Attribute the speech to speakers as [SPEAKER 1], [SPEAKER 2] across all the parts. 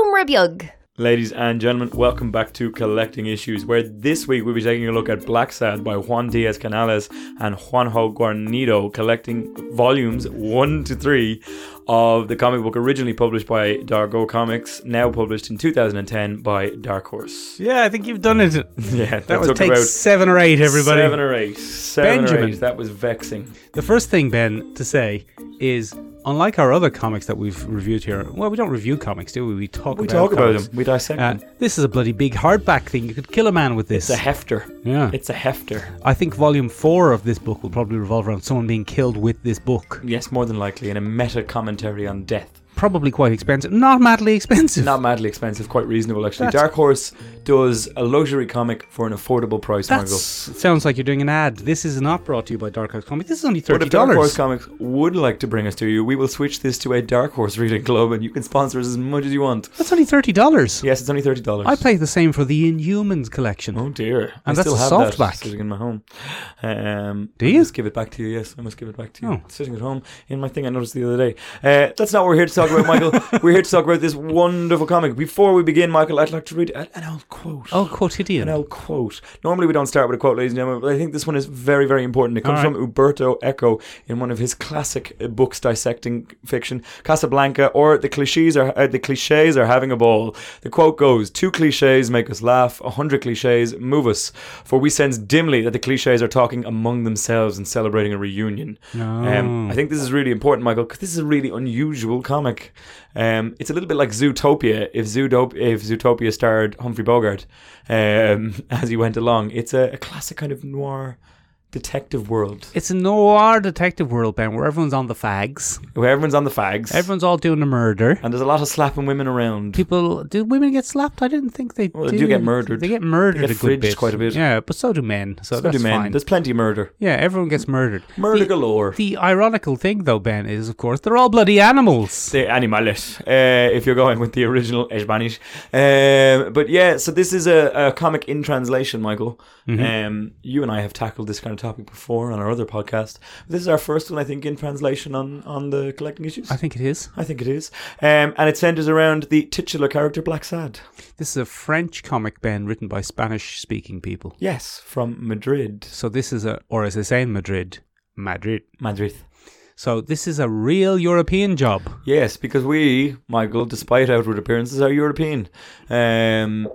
[SPEAKER 1] Shomrabyug.
[SPEAKER 2] Ladies and gentlemen, welcome back to Collecting Issues, where this week we'll be taking a look at Black Sad by Juan Diaz Canales and Juanjo Guarnido, collecting volumes 1 to 3 of the comic book originally published by Dargo Comics, now published in 2010 by Dark Horse.
[SPEAKER 3] Yeah, I think you've done it.
[SPEAKER 2] Yeah, that,
[SPEAKER 3] That was
[SPEAKER 2] took
[SPEAKER 3] take
[SPEAKER 2] about
[SPEAKER 3] seven or eight, everybody.
[SPEAKER 2] seven or eight. Seven or
[SPEAKER 3] Benjamin.
[SPEAKER 2] eight. That was vexing.
[SPEAKER 3] The first thing, Ben, to say is unlike our other comics that we've reviewed here, well, we don't review comics, do we? We talk
[SPEAKER 2] We
[SPEAKER 3] about
[SPEAKER 2] talk about
[SPEAKER 3] comics.
[SPEAKER 2] them, we dissect
[SPEAKER 3] Uh,
[SPEAKER 2] them.
[SPEAKER 3] this is a bloody big hardback thing. You could kill a man with this.
[SPEAKER 2] It's a hefter.
[SPEAKER 3] yeah.
[SPEAKER 2] It's a hefter.
[SPEAKER 3] I think volume four of this book will probably revolve around someone being killed with this book.
[SPEAKER 2] Yes, more than likely, in a meta commentary on death.
[SPEAKER 3] Probably quite expensive. Not madly expensive.
[SPEAKER 2] Not madly expensive, quite reasonable actually.
[SPEAKER 3] That's-
[SPEAKER 2] Dark Horse does a luxury comic for an affordable price,
[SPEAKER 3] That's,
[SPEAKER 2] Margot.
[SPEAKER 3] sounds like you're doing an ad. This is not brought to you by Dark Horse Comics. This is only
[SPEAKER 2] But
[SPEAKER 3] thirty
[SPEAKER 2] if Dark Horse
[SPEAKER 3] dollars.
[SPEAKER 2] Comics would like to bring us to you, we will switch this to a Dark Horse reading club and you can sponsor us as much as you want.
[SPEAKER 3] That's only thirty dollars.
[SPEAKER 2] Yes, it's only thirty dollars.
[SPEAKER 3] I play the same for the Inhumans collection.
[SPEAKER 2] Oh dear. I
[SPEAKER 3] And that's
[SPEAKER 2] still
[SPEAKER 3] a
[SPEAKER 2] have that
[SPEAKER 3] softback.
[SPEAKER 2] sitting in my home. Um
[SPEAKER 3] Do
[SPEAKER 2] I
[SPEAKER 3] you?
[SPEAKER 2] must give it back to you, yes. I must give it back to you.
[SPEAKER 3] Oh.
[SPEAKER 2] It's sitting at home in my thing I noticed the other day. Uh, that's not what we're here to talk about, Michael. we're here to talk about this wonderful comic. Before we begin, Michael, I'd like to read a- an old quote.
[SPEAKER 3] Oh, quotidian.
[SPEAKER 2] An old quote. Normally we don't start with a quote, ladies and gentlemen, but I think this one is very, very important. It comes
[SPEAKER 3] All right.
[SPEAKER 2] from Umberto Eco in one of his classic uh, books dissecting fiction, Casablanca, or the cliches are uh, the cliches are having a ball. The quote goes: Two cliches make us laugh. A hundred cliches move us, for we sense dimly that the cliches are talking among themselves and celebrating a reunion. Um,
[SPEAKER 3] Oh.
[SPEAKER 2] I think this is really important, Michael, because this is a really unusual comic. Um, it's a little bit like Zootopia. If, Zootop- if Zootopia starred Humphrey Bogart um, as he went along, it's a, a classic kind of noir detective world
[SPEAKER 3] It's a noir detective world, Ben, where everyone's on the fags.
[SPEAKER 2] where everyone's on the fags
[SPEAKER 3] Everyone's all doing a murder.
[SPEAKER 2] and there's a lot of slapping women around.
[SPEAKER 3] People, do women get slapped? I didn't think they
[SPEAKER 2] Well,
[SPEAKER 3] do.
[SPEAKER 2] they do get murdered.
[SPEAKER 3] They get murdered
[SPEAKER 2] They get
[SPEAKER 3] a good
[SPEAKER 2] fridged
[SPEAKER 3] bit.
[SPEAKER 2] quite a bit.
[SPEAKER 3] Yeah, but so do men. So,
[SPEAKER 2] So do
[SPEAKER 3] that's
[SPEAKER 2] men.
[SPEAKER 3] fine.
[SPEAKER 2] There's plenty of murder.
[SPEAKER 3] yeah, everyone gets murdered.
[SPEAKER 2] Murder
[SPEAKER 3] the,
[SPEAKER 2] galore.
[SPEAKER 3] The ironical thing, though, Ben, is of course they're all bloody animals.
[SPEAKER 2] de animales, uh, if you're going with the original Spanish. Um, but yeah, so this is a, a comic in translation, Michael. Um, you and I have tackled this kind of topic before on our other podcast. This is our first one, I think, in translation on, on the collecting issues.
[SPEAKER 3] I think it is.
[SPEAKER 2] I think it is. Um, and it centers around the titular character, Black Sad.
[SPEAKER 3] This is a French comic, Ben, written by Spanish-speaking people.
[SPEAKER 2] Yes, from Madrid.
[SPEAKER 3] So this is a, or as they say in Madrid, Madrid.
[SPEAKER 2] Madrid.
[SPEAKER 3] So this is a real European job.
[SPEAKER 2] Yes, because we, Michael, despite outward appearances, are European. Um,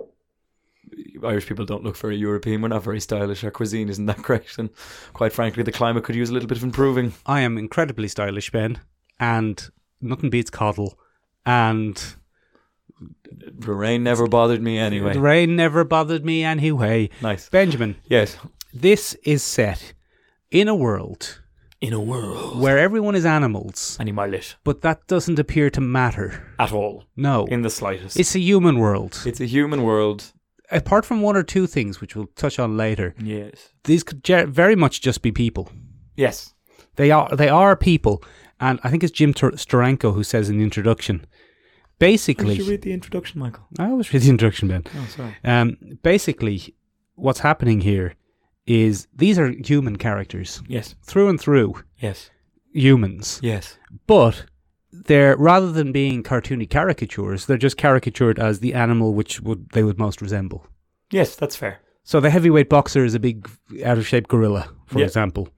[SPEAKER 2] Irish people don't look very European. We're not very stylish. Our cuisine isn't that great, and quite frankly, the climate could use a little bit of improving.
[SPEAKER 3] I am incredibly stylish, Ben, and nothing beats coddle. And
[SPEAKER 2] The rain never bothered me anyway.
[SPEAKER 3] the rain never bothered me anyway.
[SPEAKER 2] Nice.
[SPEAKER 3] Benjamin,
[SPEAKER 2] Yes.
[SPEAKER 3] this is set in a world
[SPEAKER 2] In a world,
[SPEAKER 3] where everyone is animals,
[SPEAKER 2] animalish
[SPEAKER 3] but that doesn't appear to matter.
[SPEAKER 2] at all,
[SPEAKER 3] No.
[SPEAKER 2] in the slightest.
[SPEAKER 3] It's a human world.
[SPEAKER 2] It's a human world.
[SPEAKER 3] Apart from one or two things, which we'll touch on later,
[SPEAKER 2] Yes.
[SPEAKER 3] these could ge- very much just be people.
[SPEAKER 2] Yes.
[SPEAKER 3] They are they are people, and I think it's Jim Tur- Steranko who says in the introduction.
[SPEAKER 2] Did you
[SPEAKER 3] Basically,
[SPEAKER 2] read the introduction, Michael?
[SPEAKER 3] I always read the introduction, Ben.
[SPEAKER 2] Oh, sorry.
[SPEAKER 3] Um, basically, what's happening here is these are human characters
[SPEAKER 2] Yes.
[SPEAKER 3] through and through
[SPEAKER 2] Yes.
[SPEAKER 3] humans,
[SPEAKER 2] Yes.
[SPEAKER 3] but they're rather than being cartoony caricatures, they're just caricatured as the animal which would they would most resemble.
[SPEAKER 2] Yes. That's fair.
[SPEAKER 3] So the heavyweight boxer is a big out of shape gorilla, for
[SPEAKER 2] Yeah.
[SPEAKER 3] example.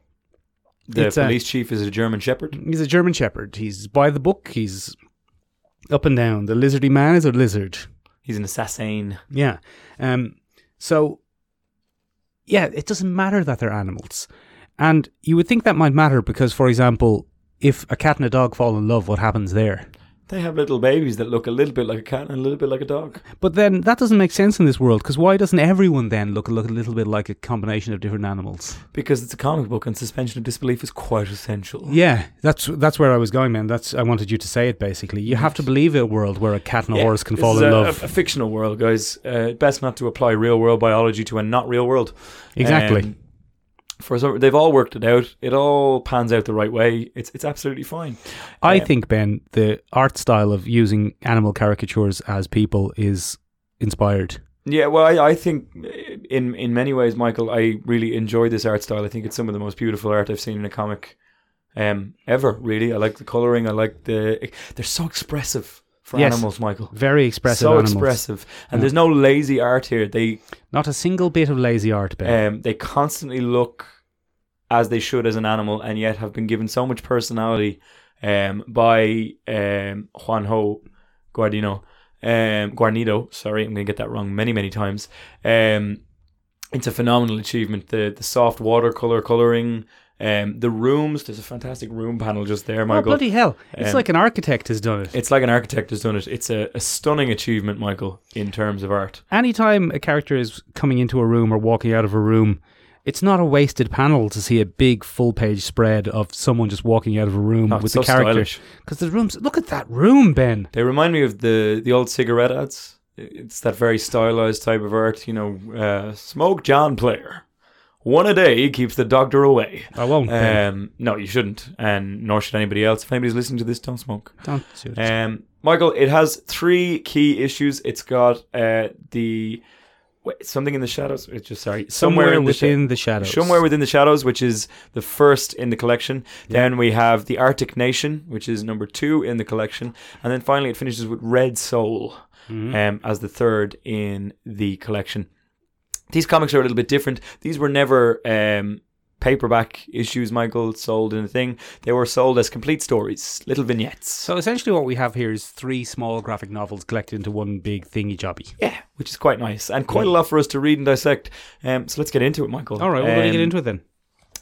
[SPEAKER 2] The
[SPEAKER 3] It's, uh,
[SPEAKER 2] police chief is a German shepherd.
[SPEAKER 3] He's a German shepherd. He's by the book. He's up and down. The lizardy man is a lizard.
[SPEAKER 2] He's an assassin.
[SPEAKER 3] Yeah. Um, so, yeah, it doesn't matter that they're animals. And you would think that might matter because, for example, if a cat and a dog fall in love, what happens there?
[SPEAKER 2] They have little babies that look a little bit like a cat and a little bit like a dog.
[SPEAKER 3] But then that doesn't make sense in this world because why doesn't everyone then look, look a little bit like a combination of different animals?
[SPEAKER 2] Because it's a comic book and suspension of disbelief is quite essential.
[SPEAKER 3] Yeah, that's that's where I was going, man. That's I wanted you to say it basically. You have to believe in a world where a cat and a horse can
[SPEAKER 2] this
[SPEAKER 3] fall
[SPEAKER 2] is
[SPEAKER 3] in
[SPEAKER 2] a,
[SPEAKER 3] love.
[SPEAKER 2] A, a fictional world, guys. Uh, best not to apply real world biology to a not real world.
[SPEAKER 3] Exactly.
[SPEAKER 2] Um, for some, they've all worked it out. It all pans out the right way. It's it's absolutely fine.
[SPEAKER 3] I
[SPEAKER 2] um,
[SPEAKER 3] think Ben, the art style of using animal caricatures as people is inspired.
[SPEAKER 2] Yeah, well, I, I think uh, in in many ways, Michael, I really enjoy this art style. I think it's some of the most beautiful art I've seen in a comic um, ever. Really, I like the coloring. I like the they're so e, expressive. for
[SPEAKER 3] Yes.
[SPEAKER 2] animals, Michael.
[SPEAKER 3] Very expressive
[SPEAKER 2] so
[SPEAKER 3] animals.
[SPEAKER 2] expressive, and there's no lazy art here. They
[SPEAKER 3] Not a single bit of lazy art, Ben.
[SPEAKER 2] um, they constantly look as they should as an animal, and yet have been given so much personality um, by um, Juanjo Guardino, um, Guarnido. Sorry, I'm going to get that wrong many, many times. Um, it's a phenomenal achievement. The the soft watercolor coloring, um, the rooms. There's a fantastic room panel just there,
[SPEAKER 3] oh,
[SPEAKER 2] Michael.
[SPEAKER 3] bloody hell. It's
[SPEAKER 2] Um,
[SPEAKER 3] like an architect has done it.
[SPEAKER 2] it's like an architect has done it. It's a, a stunning achievement, Michael, in terms of art.
[SPEAKER 3] Anytime a character is coming into a room or walking out of a room, it's not a wasted panel to see a big full page spread of someone just walking out of a room
[SPEAKER 2] Oh,
[SPEAKER 3] with
[SPEAKER 2] it's so
[SPEAKER 3] the character.
[SPEAKER 2] stylish.
[SPEAKER 3] Because the room's. Look at that room, Ben.
[SPEAKER 2] They remind me of the the old cigarette ads. It's that very stylized type of art, you know. Uh, Smoke John Player, one a day keeps the doctor away.
[SPEAKER 3] I won't, Ben.
[SPEAKER 2] Um, no, you shouldn't, and nor should anybody else. If anybody's listening to this, don't smoke.
[SPEAKER 3] Don't do it.
[SPEAKER 2] Um, Michael, it has three key issues. It's got uh, the wait, something in the shadows. It's just sorry,
[SPEAKER 3] Somewhere,
[SPEAKER 2] in the sha-
[SPEAKER 3] within the shadows.
[SPEAKER 2] Somewhere within the shadows, which is the first in the collection. Then we have the Arctic Nation, which is number two in the collection, and then finally it finishes with Red Soul
[SPEAKER 3] Mm-hmm.
[SPEAKER 2] um, as the third in the collection. These comics are a little bit different. These were never um, paperback issues, Michael, sold in a thing. They were sold as complete stories, little vignettes.
[SPEAKER 3] So essentially, what we have here is three small graphic novels collected into one big thingy jobby.
[SPEAKER 2] Yeah, which is quite nice and quite a lot for us to read and dissect. Um, so let's get into it, Michael.
[SPEAKER 3] All right, we're
[SPEAKER 2] Um,
[SPEAKER 3] going to get into it then.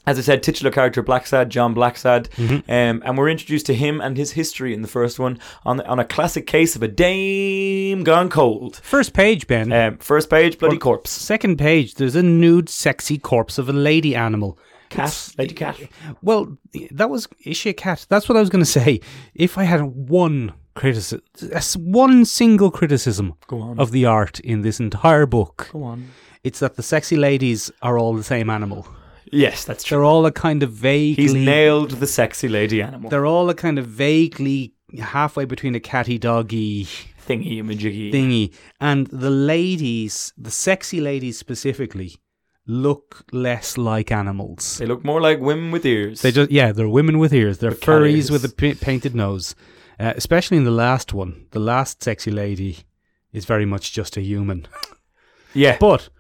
[SPEAKER 2] as I said, titular character Blacksad, John Blacksad,
[SPEAKER 3] Mm-hmm.
[SPEAKER 2] um, and we're introduced to him and his history in the first one on on a classic case of a dame gone cold.
[SPEAKER 3] First page, Ben.
[SPEAKER 2] Um, first page, bloody corpse,
[SPEAKER 3] Second page, there's a nude, sexy corpse of a lady animal.
[SPEAKER 2] cat, lady cat.
[SPEAKER 3] Well, that was is she a cat? That's what I was going to say. If I had one criticism, one single criticism
[SPEAKER 2] Go on.
[SPEAKER 3] of the art in this entire book,
[SPEAKER 2] Go on.
[SPEAKER 3] it's that the sexy ladies are all the same animal.
[SPEAKER 2] Yes, that's true.
[SPEAKER 3] They're all a kind of vaguely.
[SPEAKER 2] He's nailed the sexy lady animal
[SPEAKER 3] they're all a kind of vaguely halfway between a catty doggy
[SPEAKER 2] thingy majiggy.
[SPEAKER 3] thingy. And the ladies, the sexy ladies specifically, look less like animals.
[SPEAKER 2] they look more like women with ears.
[SPEAKER 3] They just yeah, they're women with ears. They're
[SPEAKER 2] cat
[SPEAKER 3] furries
[SPEAKER 2] ears.
[SPEAKER 3] with a p- painted nose. Uh, especially in the last one, the last sexy lady is very much just a human.
[SPEAKER 2] yeah.
[SPEAKER 3] But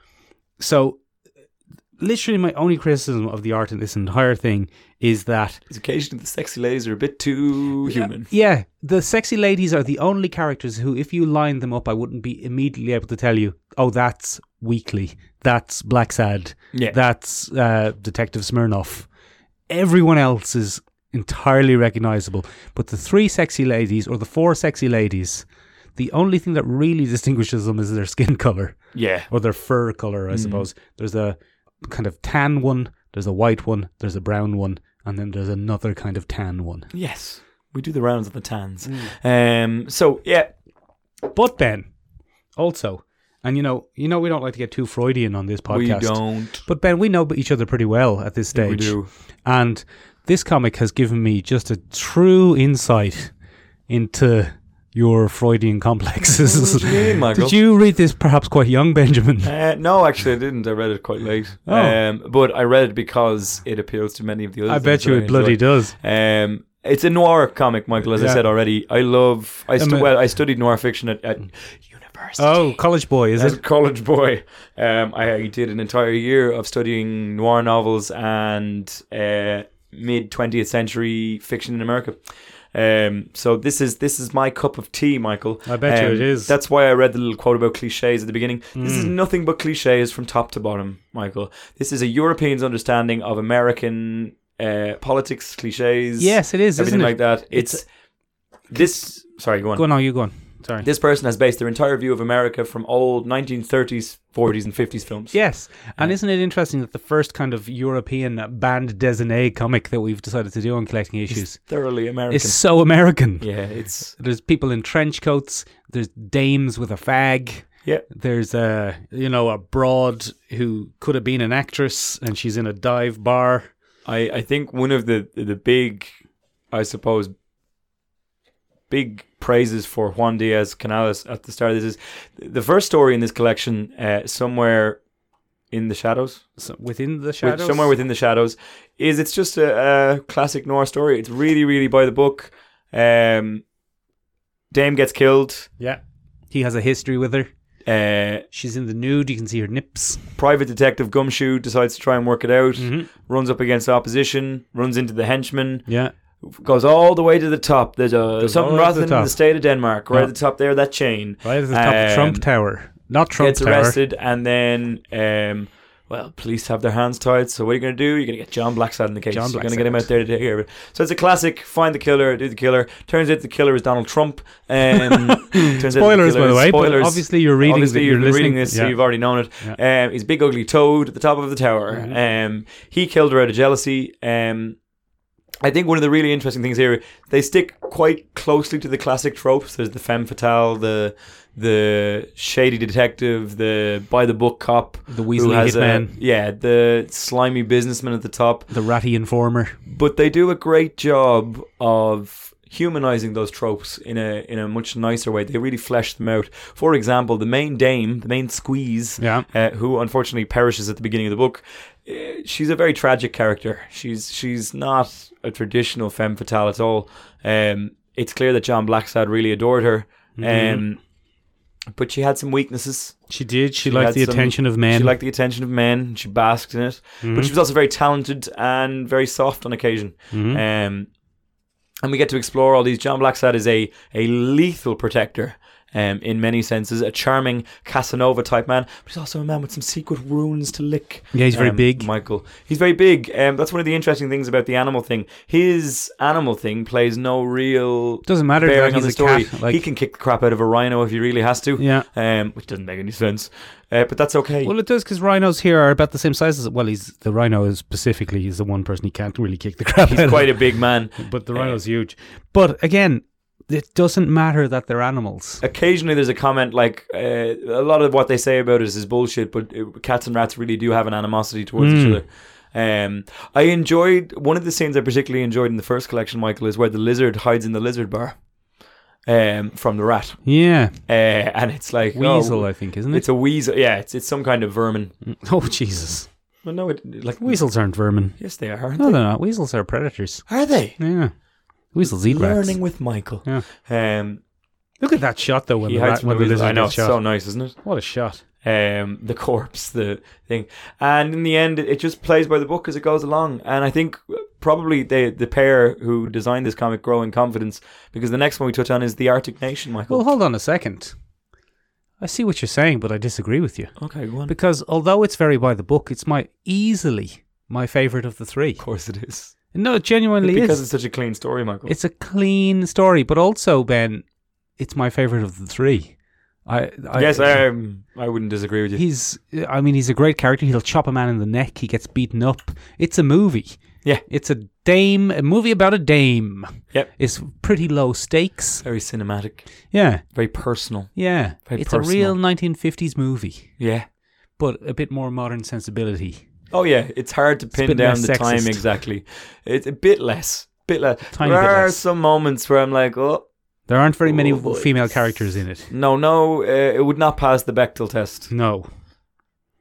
[SPEAKER 3] so, literally, my only criticism of the art in this entire thing is that
[SPEAKER 2] Occasionally, the sexy ladies are a bit too human.
[SPEAKER 3] yeah, the sexy ladies are the only characters who, if you line them up, I wouldn't be immediately able to tell you. Oh, that's Weekly. That's Black Sad.
[SPEAKER 2] Yeah.
[SPEAKER 3] That's uh, Detective Smirnoff. Everyone else is entirely recognizable, but the three sexy ladies or the four sexy ladies, the only thing that really distinguishes them is their skin color
[SPEAKER 2] Yeah.
[SPEAKER 3] or their fur color, I suppose. There's a kind of tan one. There's a white one. There's a brown one. And then there's another kind of tan one.
[SPEAKER 2] Yes. We do the rounds of the tans.
[SPEAKER 3] Mm.
[SPEAKER 2] Um. So yeah.
[SPEAKER 3] But Ben, also, and you know, you know, we don't like to get too Freudian on this podcast.
[SPEAKER 2] We don't.
[SPEAKER 3] But Ben, we know each other pretty well at this stage.
[SPEAKER 2] We do.
[SPEAKER 3] And this comic has given me just a true insight into your Freudian complexes.
[SPEAKER 2] What do you mean, oh. Michael?
[SPEAKER 3] Did you read this perhaps quite young, Benjamin?
[SPEAKER 2] Uh, no, actually, I didn't. I read it quite late.
[SPEAKER 3] Oh.
[SPEAKER 2] Um, but I read it because it appeals to many of the other.
[SPEAKER 3] I bet
[SPEAKER 2] things that
[SPEAKER 3] you it bloody
[SPEAKER 2] enjoy.
[SPEAKER 3] does.
[SPEAKER 2] Um, it's a noir comic, Michael. As I
[SPEAKER 3] Yeah.
[SPEAKER 2] said already, I love. I stu-
[SPEAKER 3] mean-
[SPEAKER 2] well, I studied noir fiction at, at university.
[SPEAKER 3] Mm. Oh, college boy, is
[SPEAKER 2] As a
[SPEAKER 3] it?
[SPEAKER 2] college boy, um, I did an entire year of studying noir novels and uh, mid twentieth century fiction in America. Um, so this is this is my cup of tea, Michael.
[SPEAKER 3] I bet you
[SPEAKER 2] Um,
[SPEAKER 3] it is. Hmm.
[SPEAKER 2] That's why I read the little quote about cliches at the beginning. This is nothing but cliches from top to bottom, Michael. This is a European's understanding of American uh, politics, cliches.
[SPEAKER 3] Yes, it is,
[SPEAKER 2] everything
[SPEAKER 3] isn't it?
[SPEAKER 2] like that. It's, this. Sorry, go on.
[SPEAKER 3] Go on, no, you go on. Sorry.
[SPEAKER 2] This person has based their entire view of America from old 1930s, 40s, and 50s films.
[SPEAKER 3] Yes, and isn't it interesting that the first kind of European band designée comic that we've decided to do on collecting issues
[SPEAKER 2] thoroughly American.
[SPEAKER 3] is so American.
[SPEAKER 2] yeah, it's
[SPEAKER 3] There's people in trench coats. There's dames with a fag.
[SPEAKER 2] yeah.
[SPEAKER 3] There's a you know a broad who could have been an actress and she's in a dive bar.
[SPEAKER 2] I, I think one of the the big, I suppose, big praises for Juan Diaz Canales at the start of this is the first story in this collection, uh, somewhere in the shadows,
[SPEAKER 3] So within the
[SPEAKER 2] with-
[SPEAKER 3] shadows,
[SPEAKER 2] somewhere within the shadows, is it's just a, a classic noir story. It's really really by the book. Um, Dame gets killed.
[SPEAKER 3] Yeah. He has a history with her.
[SPEAKER 2] Uh,
[SPEAKER 3] She's in the nude. You can see her nips.
[SPEAKER 2] private detective Gumshoe decides to try and work it out.
[SPEAKER 3] Mm-hmm.
[SPEAKER 2] Runs up against opposition. Runs into the henchman.
[SPEAKER 3] Yeah.
[SPEAKER 2] Goes all the way to the top. There's a something
[SPEAKER 3] all the way to the
[SPEAKER 2] rotten in the
[SPEAKER 3] top.
[SPEAKER 2] state of Denmark. Right
[SPEAKER 3] Yeah.
[SPEAKER 2] at the top there, that chain.
[SPEAKER 3] Right at the top of
[SPEAKER 2] Um,
[SPEAKER 3] Trump Tower. Not Trump
[SPEAKER 2] gets
[SPEAKER 3] Tower.
[SPEAKER 2] arrested, and then um, well, police have their hands tied. So what are you going to do? You're going to get John Blackside in the case.
[SPEAKER 3] John
[SPEAKER 2] You're going to get him
[SPEAKER 3] Blackside.
[SPEAKER 2] out there to take care of it. So it's a classic: find the killer, do the killer. Turns out the killer is Donald Trump. Um, turns out
[SPEAKER 3] Spoilers,
[SPEAKER 2] killer
[SPEAKER 3] by the
[SPEAKER 2] is-
[SPEAKER 3] way. but
[SPEAKER 2] Spoilers.
[SPEAKER 3] obviously, you're reading.
[SPEAKER 2] Obviously,
[SPEAKER 3] you're
[SPEAKER 2] you've been reading
[SPEAKER 3] listening.
[SPEAKER 2] this, so
[SPEAKER 3] Yeah.
[SPEAKER 2] you've already known it. Um, he's Big Ugly Toad at the top of the tower.
[SPEAKER 3] Mm-hmm.
[SPEAKER 2] Um, he killed her out of jealousy. Um, I think one of the really interesting things here, they stick quite closely to the classic tropes. There's the femme fatale, the the shady detective, the by the book cop,
[SPEAKER 3] the
[SPEAKER 2] who
[SPEAKER 3] Weasley
[SPEAKER 2] has a-
[SPEAKER 3] hitman,
[SPEAKER 2] yeah, the slimy businessman at the top.
[SPEAKER 3] the ratty informer.
[SPEAKER 2] But they do a great job of humanizing those tropes in a in a much nicer way. They really flesh them out. For example, the main dame, the main squeeze,
[SPEAKER 3] Yeah.
[SPEAKER 2] uh, who unfortunately perishes at the beginning of the book. uh, She's a very tragic character. She's she's not a traditional femme fatale at all. Um, it's clear that John Blacksad really adored her, um, but she had some weaknesses.
[SPEAKER 3] She did.
[SPEAKER 2] She
[SPEAKER 3] She, liked
[SPEAKER 2] had
[SPEAKER 3] the
[SPEAKER 2] some-
[SPEAKER 3] attention of men. Mm-hmm.
[SPEAKER 2] She liked the attention of men. She basked in it, but she was also very talented and very soft on occasion.
[SPEAKER 3] Mm-hmm.
[SPEAKER 2] Um, and we get to explore all these. John Blacksad is a a lethal protector. Um, in many senses, a charming Casanova type man, but he's also a man with some secret wounds to lick.
[SPEAKER 3] Yeah, he's very
[SPEAKER 2] um,
[SPEAKER 3] big.
[SPEAKER 2] Michael. He's very big. Um, that's one of the interesting things about the animal thing. His animal thing plays no real
[SPEAKER 3] Doesn't matter.
[SPEAKER 2] bearing
[SPEAKER 3] Like,
[SPEAKER 2] on
[SPEAKER 3] he's
[SPEAKER 2] the
[SPEAKER 3] a
[SPEAKER 2] story.
[SPEAKER 3] cat. Like,
[SPEAKER 2] he can kick the crap out of a rhino if he really has to
[SPEAKER 3] yeah.
[SPEAKER 2] um, which doesn't make any sense. Uh, but that's okay.
[SPEAKER 3] Well, it does because rhinos here are about the same size as well. He's the rhino is specifically is the one person he can't really kick the crap. out
[SPEAKER 2] He's
[SPEAKER 3] of.
[SPEAKER 2] quite a big man.
[SPEAKER 3] but the rhino's huge. But again, it doesn't matter that they're animals.
[SPEAKER 2] Occasionally, there's a comment like uh, a lot of what they say about us is bullshit, but uh, cats and rats really do have an animosity towards
[SPEAKER 3] Hmm.
[SPEAKER 2] each other. Um, I enjoyed one of the scenes I particularly enjoyed in the first collection, Michael, is where the lizard hides in the lizard bar um, from the rat,
[SPEAKER 3] Yeah,
[SPEAKER 2] uh, and it's like oh,
[SPEAKER 3] weasel, I think, isn't it?
[SPEAKER 2] it's a weasel. Yeah, it's it's some kind of vermin.
[SPEAKER 3] oh Jesus,
[SPEAKER 2] Well, no, it, like
[SPEAKER 3] weasels aren't vermin.
[SPEAKER 2] Yes, they are. Aren't
[SPEAKER 3] No, they're not. Weasels are predators.
[SPEAKER 2] they? Are they?
[SPEAKER 3] Yeah, weasels eat rats.
[SPEAKER 2] Learning with Michael.
[SPEAKER 3] Yeah.
[SPEAKER 2] Um,
[SPEAKER 3] Look at that shot though when
[SPEAKER 2] he
[SPEAKER 3] the,
[SPEAKER 2] hides
[SPEAKER 3] rat,
[SPEAKER 2] from the,
[SPEAKER 3] when the
[SPEAKER 2] lizard.
[SPEAKER 3] lizard
[SPEAKER 2] I know.
[SPEAKER 3] gets
[SPEAKER 2] It's
[SPEAKER 3] shot.
[SPEAKER 2] so nice, isn't it?
[SPEAKER 3] What a shot!
[SPEAKER 2] um, the corpse, the thing. And in the end, it it just plays by the book as it goes along. And I think probably the the pair who designed this comic grow in confidence because the next one we touch on is the Arctic Nation, Michael.
[SPEAKER 3] Well, hold on a second. I see what you're saying, but I disagree with you
[SPEAKER 2] okay, go on. Of
[SPEAKER 3] because although it's very by the book, it's my easily my favorite of the three.
[SPEAKER 2] course it is.
[SPEAKER 3] No, it genuinely
[SPEAKER 2] because
[SPEAKER 3] is.
[SPEAKER 2] it's such a clean story, Michael.
[SPEAKER 3] It's a clean story, but also Ben, it's my favorite of the three. I, I
[SPEAKER 2] yes, I, um, I wouldn't disagree with you.
[SPEAKER 3] he's. I mean, he's a great character. He'll chop a man in the neck. He gets beaten up. It's a movie.
[SPEAKER 2] Yeah.
[SPEAKER 3] it's a dame. A movie about a dame.
[SPEAKER 2] Yep.
[SPEAKER 3] It's pretty low stakes.
[SPEAKER 2] Very cinematic,
[SPEAKER 3] Yeah,
[SPEAKER 2] very personal.
[SPEAKER 3] yeah.
[SPEAKER 2] Very
[SPEAKER 3] it's
[SPEAKER 2] personal.
[SPEAKER 3] a real 1950s movie,
[SPEAKER 2] Yeah.
[SPEAKER 3] but a bit more modern sensibility.
[SPEAKER 2] Oh yeah, it's hard to pin
[SPEAKER 3] bit
[SPEAKER 2] down
[SPEAKER 3] less
[SPEAKER 2] the time
[SPEAKER 3] sexist.
[SPEAKER 2] exactly. It's a bit less. Bit less.
[SPEAKER 3] Tiny
[SPEAKER 2] there
[SPEAKER 3] bit
[SPEAKER 2] are
[SPEAKER 3] less.
[SPEAKER 2] some moments where I'm like, oh,
[SPEAKER 3] There aren't very many
[SPEAKER 2] Oh, boy.
[SPEAKER 3] female characters in it.
[SPEAKER 2] No, no, uh, it would not pass the Bechtel test.
[SPEAKER 3] No,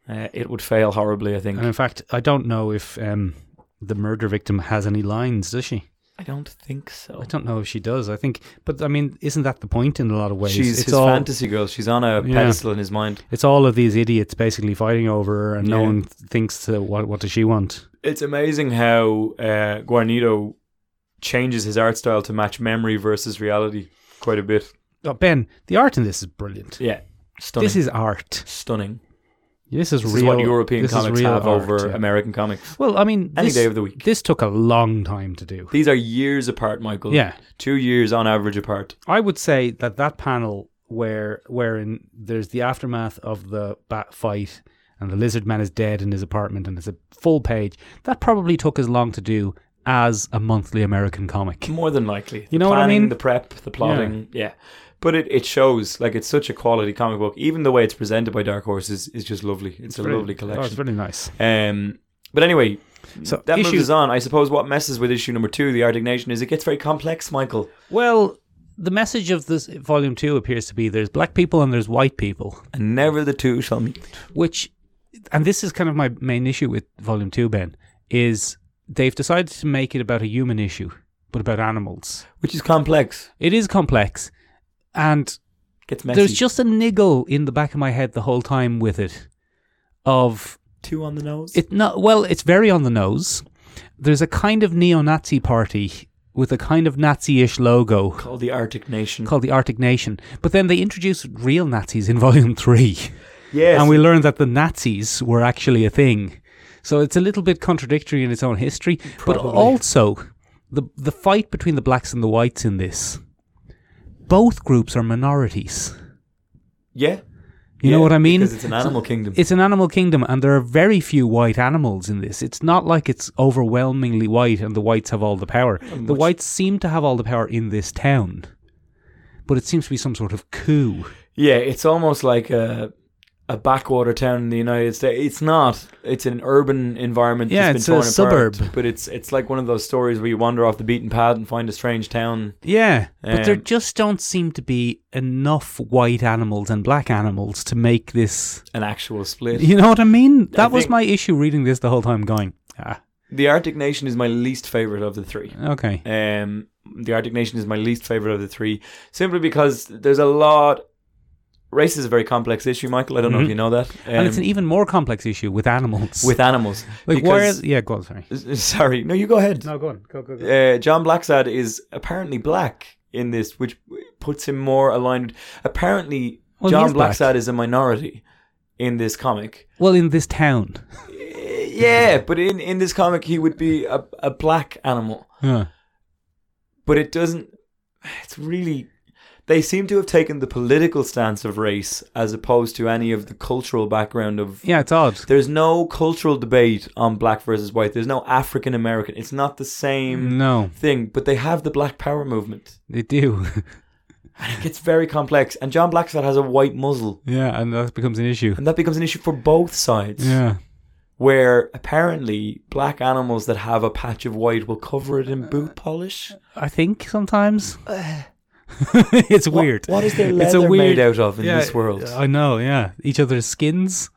[SPEAKER 2] Uh, it would fail horribly, I think.
[SPEAKER 3] and in fact, I don't know if um, the murder victim has any lines. Does she?
[SPEAKER 2] I don't think so.
[SPEAKER 3] I don't know if she does. I think, but I mean, isn't that the point in a lot of ways?
[SPEAKER 2] She's
[SPEAKER 3] it's
[SPEAKER 2] his
[SPEAKER 3] all
[SPEAKER 2] fantasy girl. She's on a
[SPEAKER 3] Yeah.
[SPEAKER 2] pedestal in his mind.
[SPEAKER 3] it's all of these idiots basically fighting over her, and no
[SPEAKER 2] Yeah.
[SPEAKER 3] one thinks uh, what what does she want?
[SPEAKER 2] It's amazing how uh, Guarnido changes his art style to match memory versus reality quite a bit.
[SPEAKER 3] Oh, ben, the art in this is brilliant.
[SPEAKER 2] Yeah, stunning.
[SPEAKER 3] This is art.
[SPEAKER 2] stunning.
[SPEAKER 3] This is
[SPEAKER 2] This is
[SPEAKER 3] real.
[SPEAKER 2] what European
[SPEAKER 3] this is
[SPEAKER 2] comics
[SPEAKER 3] real
[SPEAKER 2] have
[SPEAKER 3] art,
[SPEAKER 2] over
[SPEAKER 3] yeah.
[SPEAKER 2] American comics.
[SPEAKER 3] Well, I mean,
[SPEAKER 2] Any
[SPEAKER 3] this,
[SPEAKER 2] day of the week.
[SPEAKER 3] This took a long time to do.
[SPEAKER 2] These are years apart, Michael.
[SPEAKER 3] Yeah,
[SPEAKER 2] two years on average apart.
[SPEAKER 3] I would say that that panel where wherein there's the aftermath of the bat fight and the lizard man is dead in his apartment and it's a full page that probably took as long to do as a monthly American comic.
[SPEAKER 2] More than likely. The
[SPEAKER 3] You know what I
[SPEAKER 2] planning,
[SPEAKER 3] mean?
[SPEAKER 2] The prep, the plotting. Yeah. But it, it shows, like, it's such a quality comic book. Even the way it's presented by Dark Horse is, is just lovely. It's, a lovely
[SPEAKER 3] Oh, it's
[SPEAKER 2] collection.
[SPEAKER 3] really nice.
[SPEAKER 2] um, but anyway,
[SPEAKER 3] Mm. So
[SPEAKER 2] that
[SPEAKER 3] issue,
[SPEAKER 2] moves on. I suppose what messes with issue number two, The Arctic Nation, is it gets very complex, Michael.
[SPEAKER 3] well, the message of this volume two appears to be there's black people and there's white people,
[SPEAKER 2] And never the two shall meet.
[SPEAKER 3] which, and this is kind of my main issue with volume two, Ben, is they've decided to make it about a human issue, but about animals.
[SPEAKER 2] Which is complex.
[SPEAKER 3] It is complex. And
[SPEAKER 2] Gets messy.
[SPEAKER 3] there's just a niggle in the back of my head the whole time with it. Of
[SPEAKER 2] two on the nose.
[SPEAKER 3] it not well, it's very on the nose. There's a kind of neo-Nazi party with a kind of Nazi-ish logo
[SPEAKER 2] called the Arctic Nation.
[SPEAKER 3] called the Arctic Nation. But then they introduced real Nazis in volume 3.
[SPEAKER 2] yes.
[SPEAKER 3] And we learned that the Nazis were actually a thing. So it's a little bit contradictory in its own history.
[SPEAKER 2] Probably.
[SPEAKER 3] But also, the, the fight between the blacks and the whites in this, both groups are minorities.
[SPEAKER 2] yeah.
[SPEAKER 3] You know
[SPEAKER 2] Yeah,
[SPEAKER 3] what I mean?
[SPEAKER 2] Because it's an animal kingdom.
[SPEAKER 3] It's an animal kingdom, and there are very few white animals in this. It's not like it's overwhelmingly white and the whites have all the power. The
[SPEAKER 2] much-
[SPEAKER 3] whites seem to have all the power in this town, but it seems to be some sort of coup.
[SPEAKER 2] yeah, it's almost like a a backwater town in the United States. It's not. It's an urban environment.
[SPEAKER 3] Yeah,
[SPEAKER 2] that's
[SPEAKER 3] it's
[SPEAKER 2] been
[SPEAKER 3] a
[SPEAKER 2] torn apart,
[SPEAKER 3] suburb.
[SPEAKER 2] But it's it's like one of those stories where you wander off the beaten path and find a strange town.
[SPEAKER 3] Yeah, but there
[SPEAKER 2] Um,
[SPEAKER 3] just don't seem to be enough white animals and black animals to make this.
[SPEAKER 2] An actual split.
[SPEAKER 3] You know what I mean? That was
[SPEAKER 2] think-
[SPEAKER 3] my issue reading this the whole time, going, ah,
[SPEAKER 2] The Arctic Nation is my least favorite of the three.
[SPEAKER 3] okay.
[SPEAKER 2] Um, the Arctic Nation is my least favorite of the three, simply because there's a lot. Race is a very complex issue, Michael. I don't know if
[SPEAKER 3] Mhm.
[SPEAKER 2] you know that.
[SPEAKER 3] and it's
[SPEAKER 2] Um,
[SPEAKER 3] an even more complex issue with animals.
[SPEAKER 2] with animals,
[SPEAKER 3] like, why
[SPEAKER 2] because-
[SPEAKER 3] is. Yeah, go on, sorry.
[SPEAKER 2] Sorry, no, you go ahead.
[SPEAKER 3] No, go on. Go, go, go.
[SPEAKER 2] Uh, John Blacksad is apparently black in this, which puts him more aligned. Apparently,
[SPEAKER 3] Well,
[SPEAKER 2] John
[SPEAKER 3] he's black.
[SPEAKER 2] Blacksad is a minority in this comic. Uh,
[SPEAKER 3] Well, in this town.
[SPEAKER 2] Yeah, but in, in this comic, he would be a, a black animal.
[SPEAKER 3] Huh.
[SPEAKER 2] But it doesn't. It's really. They seem to have taken the political stance of race as opposed to any of the cultural background of
[SPEAKER 3] Yeah, it's odd.
[SPEAKER 2] There's no cultural debate on black versus white. There's no African American. It's not the same
[SPEAKER 3] No,
[SPEAKER 2] thing, but they have the Black Power movement.
[SPEAKER 3] they do.
[SPEAKER 2] And it gets very complex. And John Blacksad has a white muzzle.
[SPEAKER 3] yeah, and that becomes an issue.
[SPEAKER 2] And that becomes an issue for both sides.
[SPEAKER 3] Yeah.
[SPEAKER 2] Where apparently black animals that have a patch of white will cover it in boot polish.
[SPEAKER 3] I think sometimes. it's
[SPEAKER 2] What-
[SPEAKER 3] weird.
[SPEAKER 2] what is their leather
[SPEAKER 3] It's a weird-
[SPEAKER 2] made out of in
[SPEAKER 3] Yeah,
[SPEAKER 2] this world?
[SPEAKER 3] I know, yeah. Each other's skins.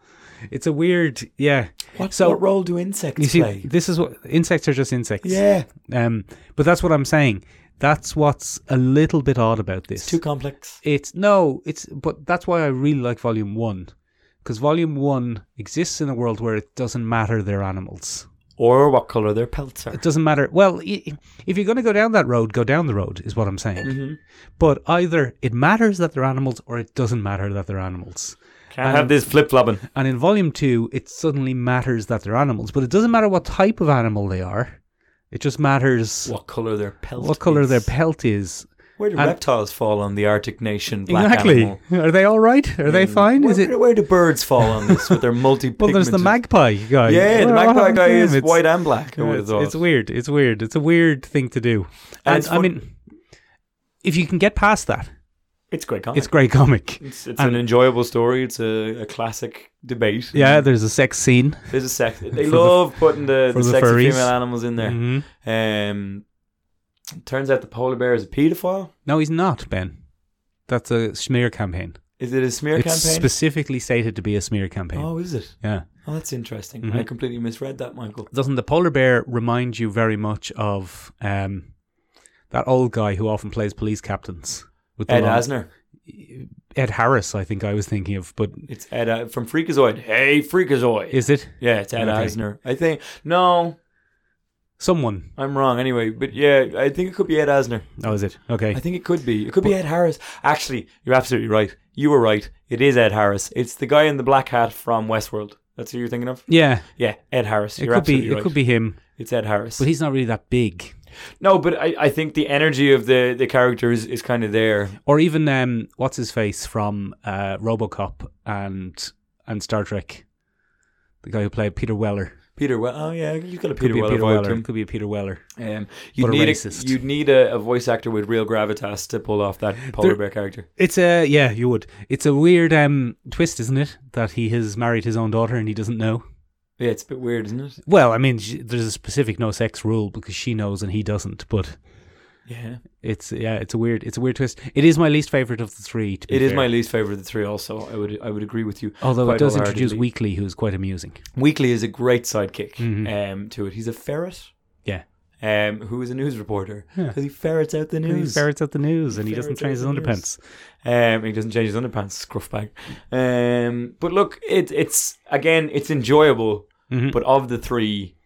[SPEAKER 3] It's a weird, yeah.
[SPEAKER 2] what,
[SPEAKER 3] so-
[SPEAKER 2] what role do insects
[SPEAKER 3] You see,
[SPEAKER 2] play?
[SPEAKER 3] this is what insects are just insects.
[SPEAKER 2] yeah,
[SPEAKER 3] Um, but that's what I'm saying. That's what's a little bit odd about this.
[SPEAKER 2] too complex.
[SPEAKER 3] It's no, it's but that's why I really like Volume One, because Volume One exists in a world where it doesn't matter they're animals.
[SPEAKER 2] Or what color their pelts are.
[SPEAKER 3] It doesn't matter. Well, i- if you're going to go down that road, go down the road is what I'm saying.
[SPEAKER 2] Mm-hmm.
[SPEAKER 3] But either it matters that they're animals, or it doesn't matter that they're animals.
[SPEAKER 2] Can't have this flip flopping.
[SPEAKER 3] And in volume two, it suddenly matters that they're animals, but it doesn't matter what type of animal they are. It just matters what,
[SPEAKER 2] What color their pelt?
[SPEAKER 3] color
[SPEAKER 2] is.
[SPEAKER 3] their pelt is.
[SPEAKER 2] Where do
[SPEAKER 3] And-
[SPEAKER 2] reptiles fall on the Arctic Nation? Black
[SPEAKER 3] exactly.
[SPEAKER 2] Animal? Mm.
[SPEAKER 3] Are they all right? Are they fine?
[SPEAKER 2] Where,
[SPEAKER 3] Is it?
[SPEAKER 2] where, where do birds fall on this with their multi?
[SPEAKER 3] Well, there's the magpie guy.
[SPEAKER 2] Yeah, the
[SPEAKER 3] Well,
[SPEAKER 2] magpie
[SPEAKER 3] oh,
[SPEAKER 2] guy
[SPEAKER 3] damn,
[SPEAKER 2] is
[SPEAKER 3] it's-
[SPEAKER 2] white and black. I would have
[SPEAKER 3] It's,
[SPEAKER 2] thought.
[SPEAKER 3] it's weird. It's weird. It's a weird thing to do.
[SPEAKER 2] And
[SPEAKER 3] And,
[SPEAKER 2] it's
[SPEAKER 3] I
[SPEAKER 2] fun-
[SPEAKER 3] mean, if you can get past that,
[SPEAKER 2] It's great comic.
[SPEAKER 3] it's great comic.
[SPEAKER 2] It's, it's an enjoyable story. It's a, a classic debate.
[SPEAKER 3] Yeah, there's a sex scene.
[SPEAKER 2] there's a sex. They
[SPEAKER 3] For the-
[SPEAKER 2] love putting the,
[SPEAKER 3] for
[SPEAKER 2] the,
[SPEAKER 3] the
[SPEAKER 2] sexy
[SPEAKER 3] furries.
[SPEAKER 2] female animals in there.
[SPEAKER 3] Mhm.
[SPEAKER 2] Um, turns out the polar bear is a paedophile.
[SPEAKER 3] No, he's not, Ben. That's a smear campaign.
[SPEAKER 2] Is it a smear
[SPEAKER 3] it's
[SPEAKER 2] campaign?
[SPEAKER 3] specifically stated to be a smear campaign.
[SPEAKER 2] oh, is it?
[SPEAKER 3] Yeah.
[SPEAKER 2] Oh, that's interesting.
[SPEAKER 3] Mhm.
[SPEAKER 2] I completely misread that, Michael.
[SPEAKER 3] Doesn't the polar bear remind you very much of um, that old guy who often plays police captains? With the
[SPEAKER 2] Ed
[SPEAKER 3] long-
[SPEAKER 2] Asner.
[SPEAKER 3] Ed Harris, I think I was thinking of, but
[SPEAKER 2] It's Ed uh, from Freakazoid. Hey, Freakazoid.
[SPEAKER 3] is it
[SPEAKER 2] Yeah, it's Ed
[SPEAKER 3] Okay.
[SPEAKER 2] Asner. I think no,
[SPEAKER 3] someone?
[SPEAKER 2] I'm wrong. Anyway, but yeah, I think it could be Ed Asner.
[SPEAKER 3] Oh, is it? Okay.
[SPEAKER 2] I think it could be. It could be Ed Harris. Actually, you're absolutely right. You were right. It is Ed Harris. It's the guy in the black hat from Westworld. That's who you're thinking of.
[SPEAKER 3] yeah,
[SPEAKER 2] Yeah, Ed Harris.
[SPEAKER 3] it
[SPEAKER 2] you're
[SPEAKER 3] could
[SPEAKER 2] absolutely
[SPEAKER 3] be.
[SPEAKER 2] right.
[SPEAKER 3] It could be him,
[SPEAKER 2] It's Ed Harris.
[SPEAKER 3] but he's not really that big.
[SPEAKER 2] no, but I, I think the energy of the the character is, is kind of there.
[SPEAKER 3] Or even um, what's his face from uh, RoboCop and and Star Trek, the guy who played Peter Weller.
[SPEAKER 2] Peter. Well, oh yeah, you got a
[SPEAKER 3] Could
[SPEAKER 2] Peter
[SPEAKER 3] be a
[SPEAKER 2] Weller
[SPEAKER 3] Peter
[SPEAKER 2] vibe to
[SPEAKER 3] Weller.
[SPEAKER 2] him.
[SPEAKER 3] Could be a Peter Weller.
[SPEAKER 2] Um, you'd,
[SPEAKER 3] But a
[SPEAKER 2] need a,
[SPEAKER 3] racist.
[SPEAKER 2] you'd need a, a voice actor with real gravitas to pull off that polar
[SPEAKER 3] There-
[SPEAKER 2] bear character.
[SPEAKER 3] It's a yeah, you would. It's a weird um, twist, isn't it? That he has married his own daughter and he doesn't know.
[SPEAKER 2] Yeah, it's a bit weird, isn't it?
[SPEAKER 3] Well, I mean, sh- there's a specific no sex rule because she knows and he doesn't. But
[SPEAKER 2] Yeah.
[SPEAKER 3] it's yeah, it's a weird, it's a weird twist. It is my least favorite of the three. To be
[SPEAKER 2] It is
[SPEAKER 3] fair.
[SPEAKER 2] my least favorite of the three. Also, I would I would agree with you.
[SPEAKER 3] Although it
[SPEAKER 2] quite
[SPEAKER 3] does introduce
[SPEAKER 2] wholeheartedly.
[SPEAKER 3] Weekly, who's quite amusing.
[SPEAKER 2] Weekly is a great sidekick
[SPEAKER 3] Mhm.
[SPEAKER 2] um, to it. He's a ferret.
[SPEAKER 3] Yeah.
[SPEAKER 2] um, who is a news reporter
[SPEAKER 3] Yeah.
[SPEAKER 2] because he ferrets out the
[SPEAKER 3] He
[SPEAKER 2] news.
[SPEAKER 3] ferrets out the news and he doesn't
[SPEAKER 2] ferrets
[SPEAKER 3] change his
[SPEAKER 2] out the news.
[SPEAKER 3] underpants.
[SPEAKER 2] Um, he doesn't change his underpants, scruff bag. Um, but look, it, it's again, it's enjoyable.
[SPEAKER 3] Mhm.
[SPEAKER 2] But of the three,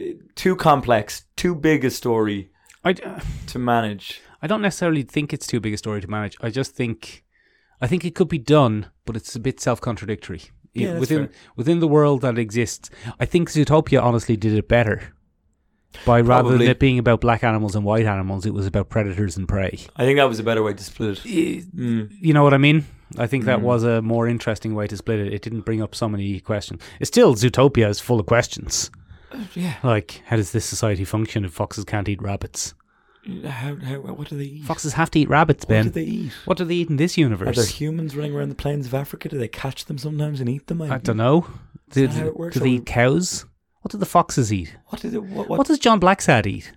[SPEAKER 2] eh, too complex, too big a story
[SPEAKER 3] I, d-
[SPEAKER 2] to manage.
[SPEAKER 3] I don't necessarily think it's too big a story to manage. I just think, I think it could be done, but it's a bit self-contradictory
[SPEAKER 2] Yeah,
[SPEAKER 3] It-
[SPEAKER 2] that's
[SPEAKER 3] within
[SPEAKER 2] fair.
[SPEAKER 3] within the world that exists. I think Zootopia honestly did it better. By rather than
[SPEAKER 2] Probably.
[SPEAKER 3] it being about black animals and white animals, it was about predators and prey.
[SPEAKER 2] I think that was a better way to split it.
[SPEAKER 3] I-
[SPEAKER 2] Mm.
[SPEAKER 3] You know what I mean? I think that
[SPEAKER 2] Mm.
[SPEAKER 3] was a more interesting way to split it. It didn't bring up so many questions. It's still Zootopia is full of questions.
[SPEAKER 2] Uh, Yeah.
[SPEAKER 3] Like, how does this society function if foxes can't eat rabbits?
[SPEAKER 2] How, how, what do they eat?
[SPEAKER 3] Foxes have to eat rabbits, Ben.
[SPEAKER 2] What do they eat?
[SPEAKER 3] What do they eat in this
[SPEAKER 2] Are there
[SPEAKER 3] universe?
[SPEAKER 2] humans running around the plains of Africa? Do they catch them sometimes and eat them?
[SPEAKER 3] I don't know. Do,
[SPEAKER 2] that how it works,
[SPEAKER 3] do they
[SPEAKER 2] or-
[SPEAKER 3] eat cows? What do the foxes eat?
[SPEAKER 2] What is it? What,
[SPEAKER 3] What,
[SPEAKER 2] what,
[SPEAKER 3] does John Blacksad eat?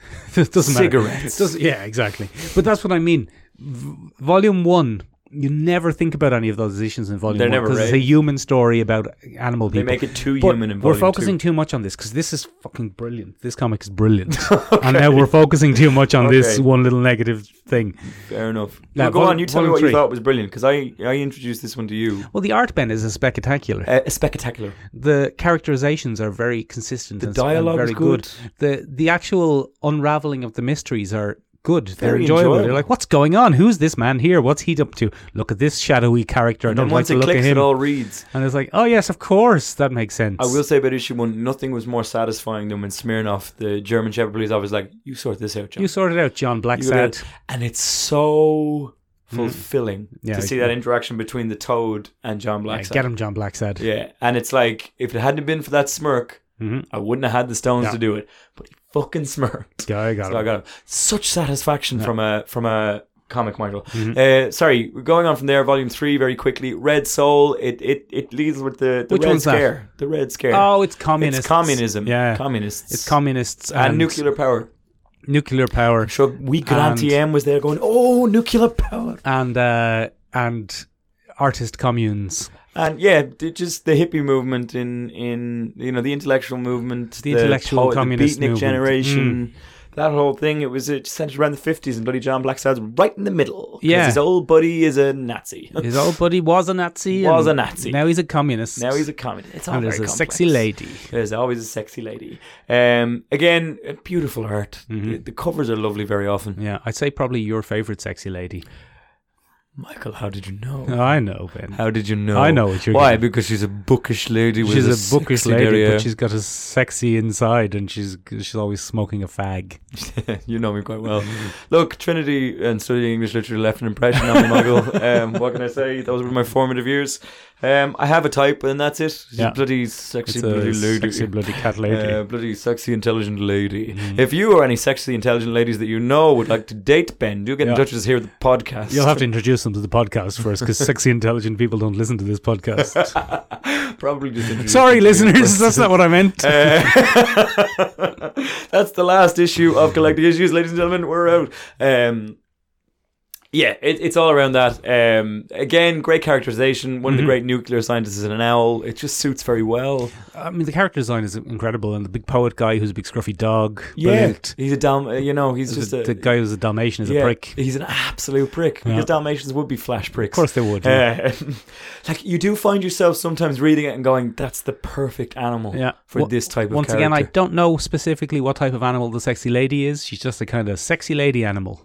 [SPEAKER 3] it doesn't matter.
[SPEAKER 2] Cigarettes.
[SPEAKER 3] It doesn't- yeah, exactly. But that's what I mean. V- volume one, you never think about any of those issues in volume
[SPEAKER 2] They're
[SPEAKER 3] one
[SPEAKER 2] never
[SPEAKER 3] because it's a
[SPEAKER 2] raised.
[SPEAKER 3] human story about animal
[SPEAKER 2] they
[SPEAKER 3] people.
[SPEAKER 2] make it too
[SPEAKER 3] But
[SPEAKER 2] human and
[SPEAKER 3] we're
[SPEAKER 2] volume
[SPEAKER 3] focusing
[SPEAKER 2] two.
[SPEAKER 3] too much on this because this is fucking brilliant. This comic is brilliant, and now we're focusing too much on this
[SPEAKER 2] Okay.
[SPEAKER 3] one little negative thing.
[SPEAKER 2] Fair enough.
[SPEAKER 3] Now,
[SPEAKER 2] No, go
[SPEAKER 3] vol-
[SPEAKER 2] on. You tell me
[SPEAKER 3] volume
[SPEAKER 2] what
[SPEAKER 3] three.
[SPEAKER 2] you thought was brilliant because I, I introduced this one to you.
[SPEAKER 3] Well, the art Ben is a spectacular.
[SPEAKER 2] Uh, spectacular.
[SPEAKER 3] the characterizations are very consistent.
[SPEAKER 2] The
[SPEAKER 3] and s- and
[SPEAKER 2] dialogue
[SPEAKER 3] very
[SPEAKER 2] is good.
[SPEAKER 3] The the actual unraveling of the mysteries are good. They're
[SPEAKER 2] Very
[SPEAKER 3] enjoyable.
[SPEAKER 2] enjoyable.
[SPEAKER 3] They're like, what's going on? Who's this man here? What's he up to? Look at this shadowy character. I
[SPEAKER 2] And
[SPEAKER 3] don't
[SPEAKER 2] then
[SPEAKER 3] like
[SPEAKER 2] once
[SPEAKER 3] the
[SPEAKER 2] it
[SPEAKER 3] look of
[SPEAKER 2] clicks, it
[SPEAKER 3] him.
[SPEAKER 2] all reads.
[SPEAKER 3] And it's like, oh yes, of course, that makes sense.
[SPEAKER 2] I will say about issue one, nothing was more satisfying than when Smirnoff, the German Shepherd Police Officer, was like, "You sort this out, John."
[SPEAKER 3] You sorted out John
[SPEAKER 2] You get
[SPEAKER 3] Blacksad.
[SPEAKER 2] it. and it's so fulfilling
[SPEAKER 3] Yeah,
[SPEAKER 2] to
[SPEAKER 3] I
[SPEAKER 2] see
[SPEAKER 3] agree.
[SPEAKER 2] that interaction between the Toad and John
[SPEAKER 3] Yeah,
[SPEAKER 2] Blackside.
[SPEAKER 3] get him, John Blacksad.
[SPEAKER 2] Yeah, and it's like if it hadn't been for that smirk,
[SPEAKER 3] Mhm.
[SPEAKER 2] I wouldn't have had the stones
[SPEAKER 3] Yeah.
[SPEAKER 2] to do it. But he fucking smirked.
[SPEAKER 3] Yeah, I got
[SPEAKER 2] So I
[SPEAKER 3] him.
[SPEAKER 2] got such satisfaction from a from a comic, Michael.
[SPEAKER 3] Mm-hmm.
[SPEAKER 2] Uh, sorry, we're going on from there. Volume three, very quickly. Red Soul. It it it leads with the, the
[SPEAKER 3] Which
[SPEAKER 2] Red
[SPEAKER 3] one's that?
[SPEAKER 2] Scare. The Red Scare.
[SPEAKER 3] Oh, it's
[SPEAKER 2] it's
[SPEAKER 3] communists.
[SPEAKER 2] communism.
[SPEAKER 3] Yeah,
[SPEAKER 2] communists.
[SPEAKER 3] it's communists
[SPEAKER 2] and, nuclear power.
[SPEAKER 3] nuclear power.
[SPEAKER 2] Sure, weak
[SPEAKER 3] And-
[SPEAKER 2] Auntie M was there going, "Oh, nuclear power."
[SPEAKER 3] and uh, and artist communes.
[SPEAKER 2] And yeah, d- just the hippie movement in in you know the intellectual movement,
[SPEAKER 3] The intellectual communist
[SPEAKER 2] beatnik
[SPEAKER 3] movement. Mm.
[SPEAKER 2] generation, that whole thing. It was it centered around the fifties, and bloody John Blacksad's right in the middle. 'cause
[SPEAKER 3] Yeah.
[SPEAKER 2] his old buddy is a Nazi.
[SPEAKER 3] His old buddy was a Nazi.
[SPEAKER 2] Was
[SPEAKER 3] and
[SPEAKER 2] a Nazi.
[SPEAKER 3] Now he's a communist.
[SPEAKER 2] now he's a communist. It's all
[SPEAKER 3] and
[SPEAKER 2] very
[SPEAKER 3] there's a
[SPEAKER 2] complex.
[SPEAKER 3] sexy lady.
[SPEAKER 2] There's always a sexy lady. Um, again, uh, beautiful art.
[SPEAKER 3] Mm-hmm.
[SPEAKER 2] The, the covers are lovely very often.
[SPEAKER 3] Yeah, I'd say probably your favorite sexy lady.
[SPEAKER 2] Michael, how did you know?
[SPEAKER 3] Oh, I know, Ben.
[SPEAKER 2] How did you know?
[SPEAKER 3] I know what you're
[SPEAKER 2] Why?
[SPEAKER 3] getting.
[SPEAKER 2] Because she's a bookish lady. With
[SPEAKER 3] She's
[SPEAKER 2] a,
[SPEAKER 3] a bookish
[SPEAKER 2] sexy
[SPEAKER 3] lady,
[SPEAKER 2] derriere.
[SPEAKER 3] but she's got a sexy inside, and she's she's always smoking a fag.
[SPEAKER 2] you know me quite well. Look, Trinity and studying English literature left an impression on me, Michael. Um, what can I say? Those were my formative years. Um, I have a type, and that's it. She's
[SPEAKER 3] Yeah.
[SPEAKER 2] a bloody sexy,
[SPEAKER 3] It's
[SPEAKER 2] bloody
[SPEAKER 3] a
[SPEAKER 2] lady.
[SPEAKER 3] sexy bloody cat lady. Mm-hmm.
[SPEAKER 2] Uh, bloody sexy, intelligent lady. If you or any sexy, intelligent ladies that you know would like to date Ben, do get
[SPEAKER 3] Yeah.
[SPEAKER 2] in touch with us here at the podcast.
[SPEAKER 3] You'll have to introduce them to the podcast first, because sexy, intelligent people don't listen to this podcast.
[SPEAKER 2] probably just introduce
[SPEAKER 3] Sorry,
[SPEAKER 2] them to you
[SPEAKER 3] listeners,
[SPEAKER 2] first.
[SPEAKER 3] that's not what I meant.
[SPEAKER 2] Uh, that's the last issue of Collecting Issues, ladies and gentlemen. We're out. Um, yeah, it, it's all around that. Um, again, great characterization. One of
[SPEAKER 3] Mm-hmm.
[SPEAKER 2] the great nuclear scientists is an owl. It just suits very well.
[SPEAKER 3] I mean, the character design is incredible, and the big poet guy who's a big scruffy dog. brilliant.
[SPEAKER 2] he's a dam. You know, he's
[SPEAKER 3] The-
[SPEAKER 2] just
[SPEAKER 3] the,
[SPEAKER 2] a
[SPEAKER 3] guy who's a Dalmatian is
[SPEAKER 2] yeah,
[SPEAKER 3] a prick. Of
[SPEAKER 2] He's an absolute prick.
[SPEAKER 3] Yeah.
[SPEAKER 2] Because Dalmatians would be flash pricks.
[SPEAKER 3] course they would. yeah.
[SPEAKER 2] Uh, like you do find yourself sometimes reading it and going, "That's the perfect animal
[SPEAKER 3] Yeah.
[SPEAKER 2] Uh, for
[SPEAKER 3] Well,
[SPEAKER 2] this type of
[SPEAKER 3] Once again, I
[SPEAKER 2] character."
[SPEAKER 3] don't know specifically what type of animal the sexy lady is. She's just a kind of sexy lady animal.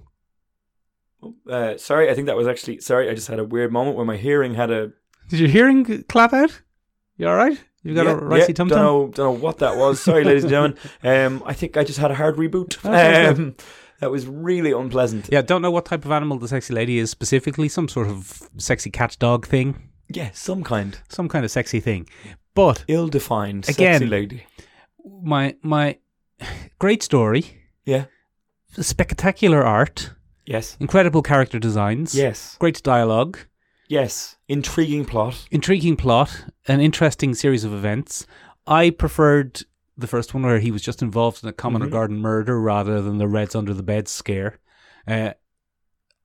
[SPEAKER 2] uh, sorry, I think that was actually sorry. I just had a weird moment where my hearing had a
[SPEAKER 3] Did your hearing g- clap out? You all right? You got a
[SPEAKER 2] yeah,
[SPEAKER 3] ricey tum
[SPEAKER 2] Don't
[SPEAKER 3] tum.
[SPEAKER 2] know, don't know what that was. Sorry, ladies and gentlemen. Um, I think I just had a hard reboot.
[SPEAKER 3] That's
[SPEAKER 2] Um, that was really unpleasant.
[SPEAKER 3] Yeah, don't know what type of animal the sexy lady is specifically. Some sort of sexy cat dog thing,
[SPEAKER 2] Yeah, some kind,
[SPEAKER 3] some kind of sexy thing. But
[SPEAKER 2] ill-defined, sexy
[SPEAKER 3] Again.
[SPEAKER 2] lady.
[SPEAKER 3] my my great story,
[SPEAKER 2] Yeah.
[SPEAKER 3] spectacular art,
[SPEAKER 2] Yes.
[SPEAKER 3] incredible character designs,
[SPEAKER 2] Yes.
[SPEAKER 3] great dialogue,
[SPEAKER 2] Yes. Intriguing plot.
[SPEAKER 3] intriguing plot, an interesting series of events. I preferred the first one where he was just involved in a
[SPEAKER 2] Mm-hmm.
[SPEAKER 3] common or garden murder rather than the Reds under the bed scare. Uh,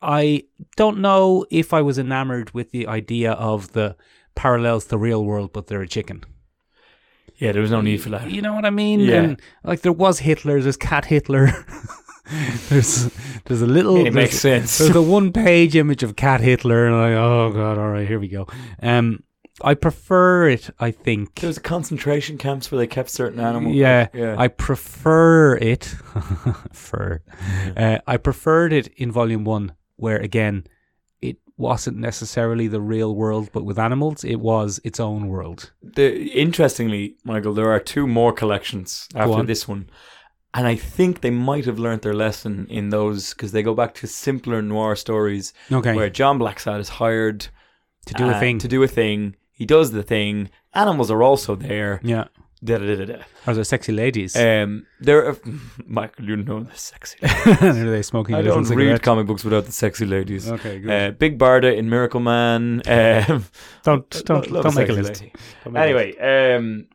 [SPEAKER 3] I don't know if I was enamored with the idea of the parallels to the real world, but they're a chicken.
[SPEAKER 2] Yeah, there was no need for that.
[SPEAKER 3] You know what I mean?
[SPEAKER 2] Yeah.
[SPEAKER 3] And like there was Hitler, there's Cat Hitler. there's there's a little
[SPEAKER 2] It makes
[SPEAKER 3] there's-
[SPEAKER 2] sense.
[SPEAKER 3] There's a one page image of Cat Hitler and I'm like, oh god, all right, here we go. Um I prefer it, I think.
[SPEAKER 2] There was concentration camps where they kept certain animals.
[SPEAKER 3] Yeah,
[SPEAKER 2] yeah.
[SPEAKER 3] I prefer it. fur. Uh, I preferred it in Volume One, where again, it wasn't necessarily the real world, but with animals, it was its own world.
[SPEAKER 2] the, interestingly, Michael, there are two more collections after
[SPEAKER 3] on.
[SPEAKER 2] this one. And I think they might have learnt their lesson in those because they go back to simpler noir stories
[SPEAKER 3] Okay,
[SPEAKER 2] where John Blacksad is hired
[SPEAKER 3] to do a
[SPEAKER 2] uh,
[SPEAKER 3] thing.
[SPEAKER 2] To do a thing. He does the thing. Animals are also there.
[SPEAKER 3] yeah,
[SPEAKER 2] Da, da, da, da, da.
[SPEAKER 3] are there sexy ladies?
[SPEAKER 2] Um, there, are, Michael, you know the sexy. ladies.
[SPEAKER 3] are they smoking? a
[SPEAKER 2] I
[SPEAKER 3] little
[SPEAKER 2] don't read
[SPEAKER 3] cigarette?
[SPEAKER 2] comic books without the sexy ladies.
[SPEAKER 3] Okay, good.
[SPEAKER 2] Uh, Big Barda in Miracle Man. Um,
[SPEAKER 3] don't
[SPEAKER 2] Lo-
[SPEAKER 3] don't
[SPEAKER 2] love
[SPEAKER 3] don't make a
[SPEAKER 2] sexy
[SPEAKER 3] list.
[SPEAKER 2] lady.
[SPEAKER 3] Don't make a list.
[SPEAKER 2] Anyway, um,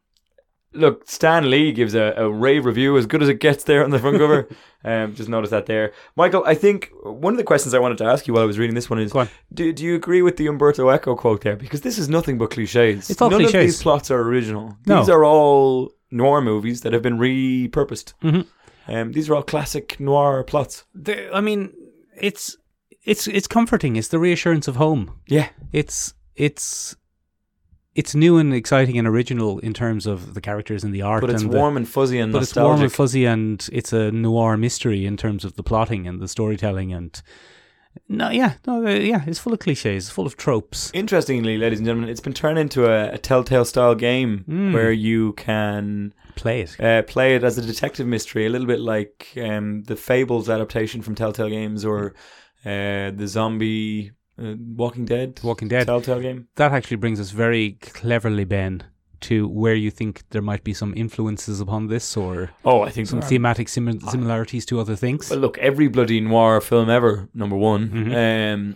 [SPEAKER 2] look, Stan Lee gives a, a rave review as good as it gets there on the front cover. um, just notice that there, Michael. I think one of the questions I wanted to ask you while I was reading this one is:
[SPEAKER 3] Go on.
[SPEAKER 2] do, do you agree with the Umberto Eco quote there? Because this is nothing but cliches.
[SPEAKER 3] It's all
[SPEAKER 2] None Of
[SPEAKER 3] cliches.
[SPEAKER 2] these plots are original.
[SPEAKER 3] No.
[SPEAKER 2] These are all noir movies that have been repurposed.
[SPEAKER 3] Mhm.
[SPEAKER 2] Um, these are all classic noir plots.
[SPEAKER 3] The- I mean, it's it's it's comforting. It's the reassurance of home.
[SPEAKER 2] Yeah,
[SPEAKER 3] it's it's it's new and exciting and original in terms of the characters and the art.
[SPEAKER 2] but it's
[SPEAKER 3] and the-
[SPEAKER 2] warm and fuzzy and
[SPEAKER 3] but it's
[SPEAKER 2] nostalgic.
[SPEAKER 3] warm and fuzzy, and it's a noir mystery in terms of the plotting and the storytelling. And no, yeah, no, uh, yeah, it's full of cliches, full of tropes.
[SPEAKER 2] Interestingly, ladies and gentlemen, it's been turned into a, a telltale style game
[SPEAKER 3] Mm.
[SPEAKER 2] where you can
[SPEAKER 3] Play it.
[SPEAKER 2] uh, play it as a detective mystery, a little bit like um, the Fables adaptation from Telltale Games or uh, the zombie uh, Walking Dead.
[SPEAKER 3] Walking Dead.
[SPEAKER 2] Telltale game.
[SPEAKER 3] That actually brings us very cleverly, Ben, to where you think there might be some influences upon this or
[SPEAKER 2] Oh, I think
[SPEAKER 3] some
[SPEAKER 2] so.
[SPEAKER 3] thematic simi- similarities to other things.
[SPEAKER 2] Well, look, every bloody noir film ever, number one.
[SPEAKER 3] Mm-hmm.
[SPEAKER 2] Um,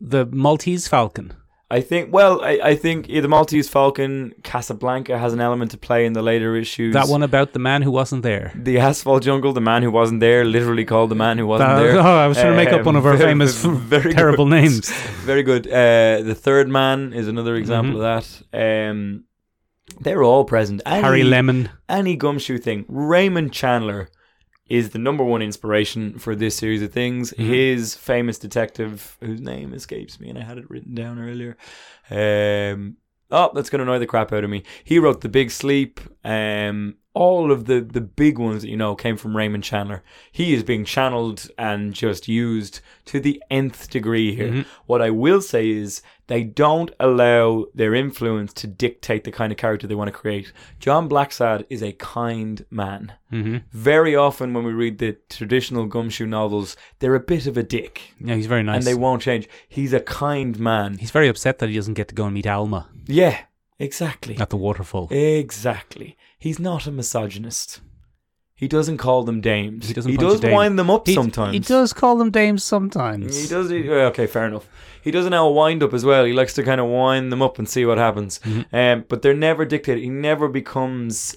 [SPEAKER 3] The Maltese Falcon.
[SPEAKER 2] I think, well, I, I think yeah, the Maltese Falcon, Casablanca has an element to play in the later issues.
[SPEAKER 3] That one about the man who wasn't there.
[SPEAKER 2] The Asphalt Jungle, The Man Who Wasn't There, literally called The Man Who Wasn't
[SPEAKER 3] That-
[SPEAKER 2] There.
[SPEAKER 3] oh, I was trying to make up
[SPEAKER 2] Um,
[SPEAKER 3] one of our
[SPEAKER 2] very-
[SPEAKER 3] famous
[SPEAKER 2] very good.
[SPEAKER 3] terrible names. Mm-hmm.
[SPEAKER 2] Very good. Uh, the Third Man is another example of that. Um, they're all present. Any,
[SPEAKER 3] Harry Lemon.
[SPEAKER 2] Any gumshoe thing. Raymond Chandler is the number one inspiration for this series of things.
[SPEAKER 3] Mm-hmm.
[SPEAKER 2] His famous detective, whose name escapes me, and I had it written down earlier. Um, oh, that's going to annoy the crap out of me. He wrote The Big Sleep. Um, all of the, the big ones that you know came from Raymond Chandler. He is being channeled and just used to the nth degree here. What I will say is they don't allow their influence to dictate the kind of character they want to create. John Blacksad is a kind man. Very often when we read the traditional gumshoe novels, they're a bit of a dick.
[SPEAKER 3] Yeah, he's very nice.
[SPEAKER 2] And they won't change. He's a kind man.
[SPEAKER 3] He's very upset that he doesn't get to go and meet Alma
[SPEAKER 2] Yeah, exactly.
[SPEAKER 3] at the waterfall.
[SPEAKER 2] Exactly. He's not a misogynist. He doesn't call them dames.
[SPEAKER 3] He doesn't
[SPEAKER 2] He
[SPEAKER 3] punch
[SPEAKER 2] does
[SPEAKER 3] a dame.
[SPEAKER 2] wind them up
[SPEAKER 3] He-
[SPEAKER 2] sometimes.
[SPEAKER 3] He does call them dames sometimes.
[SPEAKER 2] He does. He, yeah, okay, fair enough. He does an hour wind up as well. He likes to kind of wind them up and see what happens.
[SPEAKER 3] Mm-hmm.
[SPEAKER 2] Um, but they're never dictated. He never becomes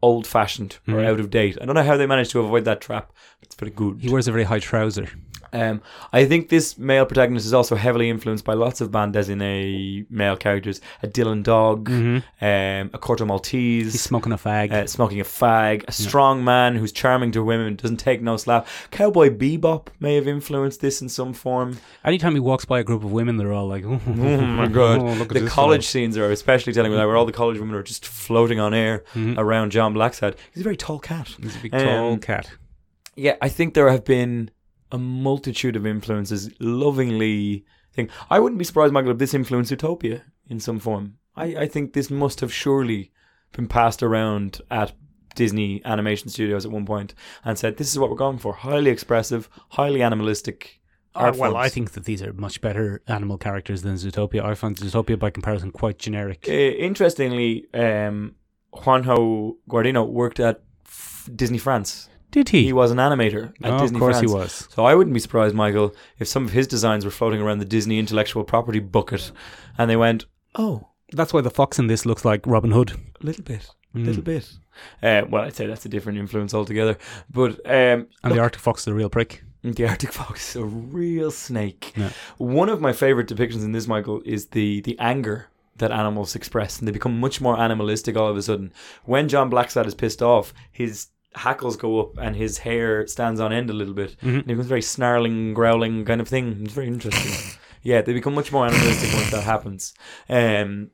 [SPEAKER 2] old fashioned
[SPEAKER 3] Mm-hmm.
[SPEAKER 2] or out of date. I don't know how they managed to avoid that trap. It's pretty good.
[SPEAKER 3] He wears a very high trouser.
[SPEAKER 2] Um, I think this male protagonist is also heavily influenced by lots of band designated male characters. A Dylan dog, um, a Corto Maltese.
[SPEAKER 3] Mm-hmm. He's smoking a fag.
[SPEAKER 2] uh, smoking a fag, a strong man who's charming to women, doesn't take no slap. Cowboy Bebop may have influenced this in some form.
[SPEAKER 3] Anytime he walks by a group of women, they're all like, "Oh,
[SPEAKER 2] Oh my god!
[SPEAKER 3] look at
[SPEAKER 2] the
[SPEAKER 3] this
[SPEAKER 2] college scenes are especially telling me that where all the college women are just floating on air around John Blacksad. He's a very tall cat.
[SPEAKER 3] fella." Mm-hmm. He's a big
[SPEAKER 2] Um,
[SPEAKER 3] tall cat."
[SPEAKER 2] Yeah, I think there have been a multitude of influences lovingly thing. I wouldn't be surprised, Michael, if this influenced Utopia in some form. I, I think this must have surely been passed around at Disney animation studios at one point and said, This is what we're going for. Highly expressive, highly animalistic.
[SPEAKER 3] Uh,
[SPEAKER 2] art
[SPEAKER 3] well, I
[SPEAKER 2] forms."
[SPEAKER 3] think that these are much better animal characters than Zootopia. I find Zootopia, by comparison, quite generic.
[SPEAKER 2] Uh, interestingly, um, Juanjo Guardino worked at F- Disney France.
[SPEAKER 3] Did he?
[SPEAKER 2] He was an animator at
[SPEAKER 3] Oh,
[SPEAKER 2] Disney
[SPEAKER 3] of course,
[SPEAKER 2] France.
[SPEAKER 3] he was.
[SPEAKER 2] So I wouldn't be surprised, Michael, if some of his designs were floating around the Disney intellectual property bucket, and they went, "Oh,
[SPEAKER 3] That's why the fox in this looks like Robin Hood.
[SPEAKER 2] a little bit, a
[SPEAKER 3] Mm.
[SPEAKER 2] little bit." Uh, well, I'd say that's a different influence altogether. But um,
[SPEAKER 3] And the Arctic fox is a real prick.
[SPEAKER 2] the Arctic fox is a real snake.
[SPEAKER 3] Yeah.
[SPEAKER 2] One of my favorite depictions in this, Michael, is the the anger that animals express, and they become much more animalistic all of a sudden. When John Blacksad is pissed off, his hackles go up and his hair stands on end a little bit,
[SPEAKER 3] Mm-hmm.
[SPEAKER 2] and he becomes very snarling, growling kind of thing. It's very interesting. yeah, they become much more animalistic once that happens. Um,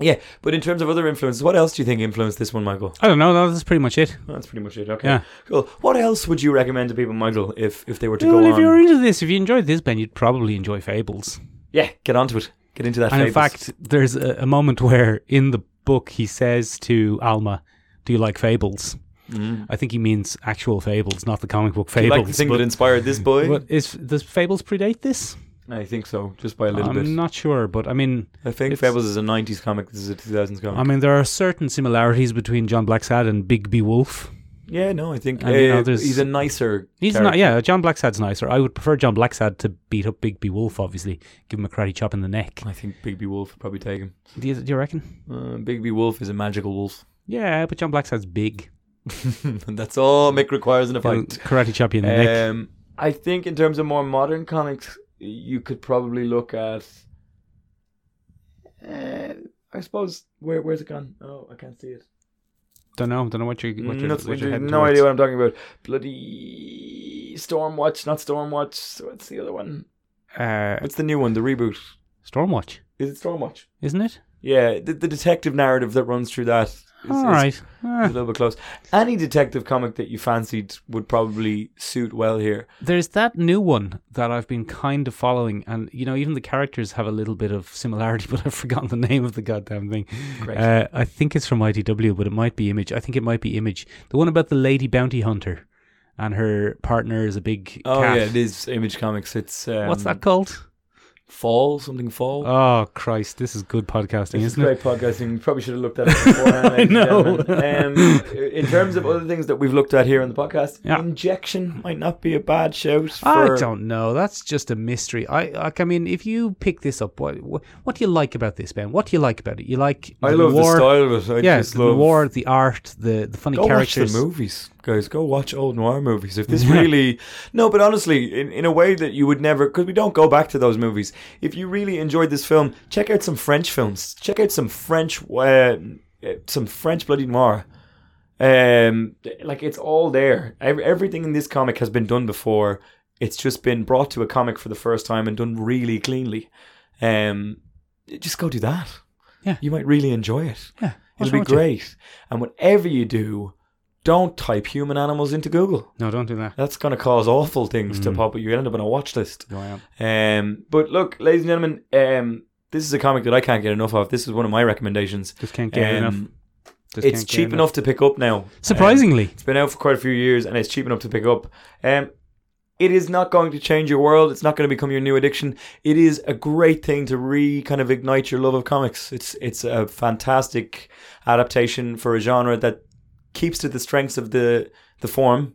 [SPEAKER 2] yeah, but in terms of other influences, what else do you think influenced this one, Michael?
[SPEAKER 3] I don't know. no, That's pretty much it.
[SPEAKER 2] That's pretty much it. Okay,
[SPEAKER 3] Yeah.
[SPEAKER 2] cool. What else would you recommend to people, Michael, if if they were to
[SPEAKER 3] Well,
[SPEAKER 2] go
[SPEAKER 3] if
[SPEAKER 2] on?
[SPEAKER 3] you're into this, if you enjoyed this, Ben, you'd probably enjoy Fables.
[SPEAKER 2] Yeah, get onto it. Get into that.
[SPEAKER 3] And in
[SPEAKER 2] fables.
[SPEAKER 3] fact, there's a, a moment where in the book he says to Alma, "Do you like Fables?"
[SPEAKER 2] Mm.
[SPEAKER 3] I think he means actual fables, not the comic book
[SPEAKER 2] Do you
[SPEAKER 3] fables.
[SPEAKER 2] like the thing
[SPEAKER 3] but-
[SPEAKER 2] that inspired this boy?
[SPEAKER 3] but is does fables predate this?
[SPEAKER 2] I think so, just by a little
[SPEAKER 3] I'm
[SPEAKER 2] bit.
[SPEAKER 3] not sure, but I mean,
[SPEAKER 2] I think
[SPEAKER 3] It's-
[SPEAKER 2] Fables is a 90s comic. This is a 2000s comic.
[SPEAKER 3] I mean, there are certain similarities between John Blacksad and Big B Wolf.
[SPEAKER 2] yeah, no, I think
[SPEAKER 3] and, you know,
[SPEAKER 2] uh,
[SPEAKER 3] there's-
[SPEAKER 2] he's a nicer.
[SPEAKER 3] He's
[SPEAKER 2] character.
[SPEAKER 3] not, yeah, John Blacksad's nicer. I would prefer John Blacksad to beat up Big B Wolf, obviously, give him a karate chop in the neck.
[SPEAKER 2] I think Bigby Wolf would probably take him.
[SPEAKER 3] Do you, do you reckon?
[SPEAKER 2] Uh, Bigby Wolf is a magical wolf.
[SPEAKER 3] Yeah, but John Blacksad's big.
[SPEAKER 2] and that's all Mick requires in a
[SPEAKER 3] He'll
[SPEAKER 2] fight.
[SPEAKER 3] karate chop you in the neck.
[SPEAKER 2] Um, I think in terms of more modern comics, you could probably look at. Uh, I suppose where where's it gone? Oh, I can't see it.
[SPEAKER 3] Don't know, don't know what you what you're,
[SPEAKER 2] no,
[SPEAKER 3] what you're heading
[SPEAKER 2] no
[SPEAKER 3] towards.
[SPEAKER 2] idea what I'm talking about. Bloody Stormwatch, not Stormwatch. What's the other one?
[SPEAKER 3] Uh,
[SPEAKER 2] What's the new one? The reboot.
[SPEAKER 3] Stormwatch,
[SPEAKER 2] Is it Stormwatch?
[SPEAKER 3] isn't it?
[SPEAKER 2] Yeah, the, the detective narrative that runs through that. Is,
[SPEAKER 3] All
[SPEAKER 2] is-
[SPEAKER 3] right.
[SPEAKER 2] is
[SPEAKER 3] Ah.
[SPEAKER 2] a little bit close. Any detective comic that you fancied would probably suit well here.
[SPEAKER 3] There's that new one that I've been kind of following, and you know, even the characters have a little bit of similarity, but I've forgotten the name of the goddamn thing.
[SPEAKER 2] Great.
[SPEAKER 3] Uh, I think it's from IDW, but it might be Image. I think it might be Image. The one about the lady bounty hunter, and her partner is a big
[SPEAKER 2] oh
[SPEAKER 3] cat.
[SPEAKER 2] yeah, it is Image Comics. It's um,
[SPEAKER 3] What's that called?
[SPEAKER 2] Fall something Fall.
[SPEAKER 3] Oh Christ, this is good podcasting,
[SPEAKER 2] This is
[SPEAKER 3] isn't it?
[SPEAKER 2] great podcasting. We probably should have looked at it beforehand.
[SPEAKER 3] I
[SPEAKER 2] ladies and
[SPEAKER 3] know.
[SPEAKER 2] gentlemen. Um, in terms of other things that we've looked at here on the podcast,
[SPEAKER 3] Yeah.
[SPEAKER 2] injection might not be a bad shout. For,
[SPEAKER 3] I don't know. That's just a mystery. I like. I mean, if you pick this up, what what, what do you like about this, Ben? What do you like about it? You like
[SPEAKER 2] I love
[SPEAKER 3] war,
[SPEAKER 2] the style of it. I
[SPEAKER 3] yeah,
[SPEAKER 2] just
[SPEAKER 3] the
[SPEAKER 2] love
[SPEAKER 3] war, the art, the the funny
[SPEAKER 2] Go
[SPEAKER 3] characters.
[SPEAKER 2] watch the movies, guys. Go watch old noir movies. If this really, no, but honestly, in, in a way that you would never, because we don't go back to those movies. If you really enjoyed this film, check out some French films. Check out some French, uh, uh, some French bloody noir. Um, like it's all there. Ev- everything in this comic has been done before. It's just been brought to a comic for the first time and done really cleanly. Um, just go do that.
[SPEAKER 3] Yeah.
[SPEAKER 2] you might really enjoy it.
[SPEAKER 3] Yeah, what's
[SPEAKER 2] It'll be
[SPEAKER 3] wrong with you?
[SPEAKER 2] great. And whatever you do, don't type human animals into Google.
[SPEAKER 3] No, don't do that.
[SPEAKER 2] That's going to cause awful things
[SPEAKER 3] Hmm.
[SPEAKER 2] to pop up. You end up on a watch list.
[SPEAKER 3] No, I am.
[SPEAKER 2] Um, but look, ladies and gentlemen, um, this is a comic that I can't get enough of. This is one of my recommendations.
[SPEAKER 3] Just can't get enough.
[SPEAKER 2] Um,
[SPEAKER 3] Just
[SPEAKER 2] It's
[SPEAKER 3] can't get
[SPEAKER 2] cheap enough. to pick up now. Um,
[SPEAKER 3] Surprisingly,
[SPEAKER 2] it's been out for quite a few years and it's cheap enough to pick up. Um, it is not going to change your world. It's not going to become your new addiction. It is a great thing to re kind of ignite your love of comics. It's it's a fantastic adaptation for a genre that keeps to the strengths of the the form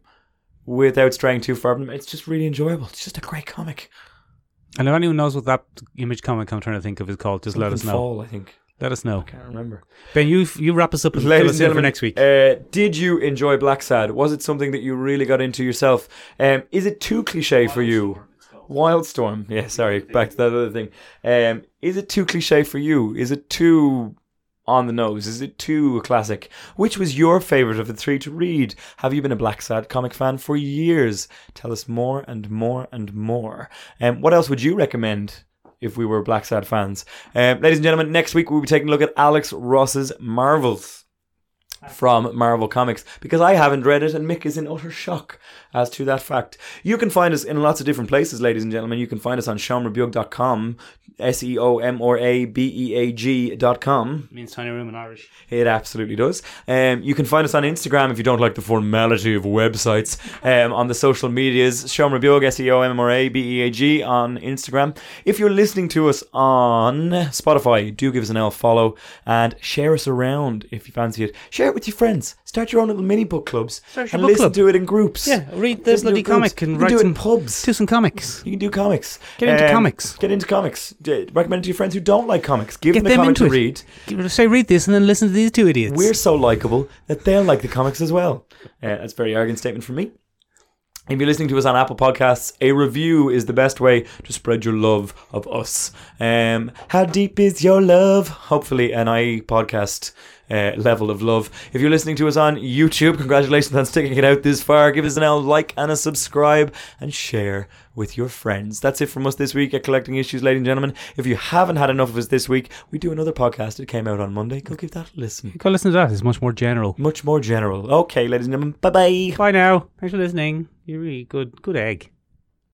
[SPEAKER 2] without straying too far from it. It's just really enjoyable. It's just a great comic.
[SPEAKER 3] and if anyone knows what that image comic I'm trying to think of is called, just let us
[SPEAKER 2] Something
[SPEAKER 3] know.
[SPEAKER 2] Fall, I think.
[SPEAKER 3] Let us know.
[SPEAKER 2] I can't remember.
[SPEAKER 3] Ben, you you wrap us up and fill
[SPEAKER 2] Ladies
[SPEAKER 3] us
[SPEAKER 2] and
[SPEAKER 3] in for
[SPEAKER 2] gentlemen,
[SPEAKER 3] next week.
[SPEAKER 2] Uh, did you enjoy Black Sad? Was it something that you really got into yourself? Um, is it too cliche for you? Wildstorm. Yeah, sorry. Back to that other thing. Um, is it too cliche for you? Is it too on the nose? Is it too classic? Which was your favorite of the three to read? Have you been a Black Sad comic fan for years? Tell us more and more and more. Um, what else would you recommend? If we were Black Sad fans. Um, ladies and gentlemen, next week we'll be taking a look at Alex Ross's Marvels from Marvel Comics because I haven't read it and Mick is in utter shock as to that fact. You can find us in lots of different places, ladies and gentlemen. You can find us on seomrabeug.com, S E O M R A B E A G dot com.
[SPEAKER 3] means tiny room in Irish.
[SPEAKER 2] It absolutely does. Um, you can find us on Instagram if you don't like the formality of websites. Um, on the social medias, Sean Rabiog, S E O M M R A B E A G on Instagram. If you're listening to us on Spotify, do give us an L follow and share us around if you fancy it. Share it with your friends. Start your own little mini book clubs
[SPEAKER 3] Start your
[SPEAKER 2] and
[SPEAKER 3] book
[SPEAKER 2] listen
[SPEAKER 3] club.
[SPEAKER 2] to it in groups.
[SPEAKER 3] Yeah, read the
[SPEAKER 2] Listen to it
[SPEAKER 3] bloody
[SPEAKER 2] in groups.
[SPEAKER 3] comic and
[SPEAKER 2] You can
[SPEAKER 3] write
[SPEAKER 2] do it in
[SPEAKER 3] some
[SPEAKER 2] pubs.
[SPEAKER 3] do some comics.
[SPEAKER 2] You can do comics. Um,
[SPEAKER 3] Get into comics.
[SPEAKER 2] Get into comics. D- Recommend it to your friends who don't like comics. Give
[SPEAKER 3] Get
[SPEAKER 2] them a
[SPEAKER 3] them
[SPEAKER 2] comic to
[SPEAKER 3] into it.
[SPEAKER 2] read.
[SPEAKER 3] Say read this and then listen to these two idiots.
[SPEAKER 2] We're so likable that they'll like the comics as well. Uh, that's a very arrogant statement from me. If you're listening to us on Apple Podcasts, a review is the best way to spread your love of us. Um, how deep is your love? Hopefully, an IE podcast uh, level of love. If you're listening to us on YouTube, congratulations on sticking it out this far. Give us an L, like, and a subscribe, and share with your friends. That's it from us this week at Collecting Issues, ladies and gentlemen. If you haven't had enough of us this week, we do another podcast. It came out on Monday. Go give that a listen.
[SPEAKER 3] Go listen to that. It's much more general.
[SPEAKER 2] Much more general. Okay, ladies and gentlemen, bye bye.
[SPEAKER 3] Bye now. Thanks for listening. You're really good. Good egg.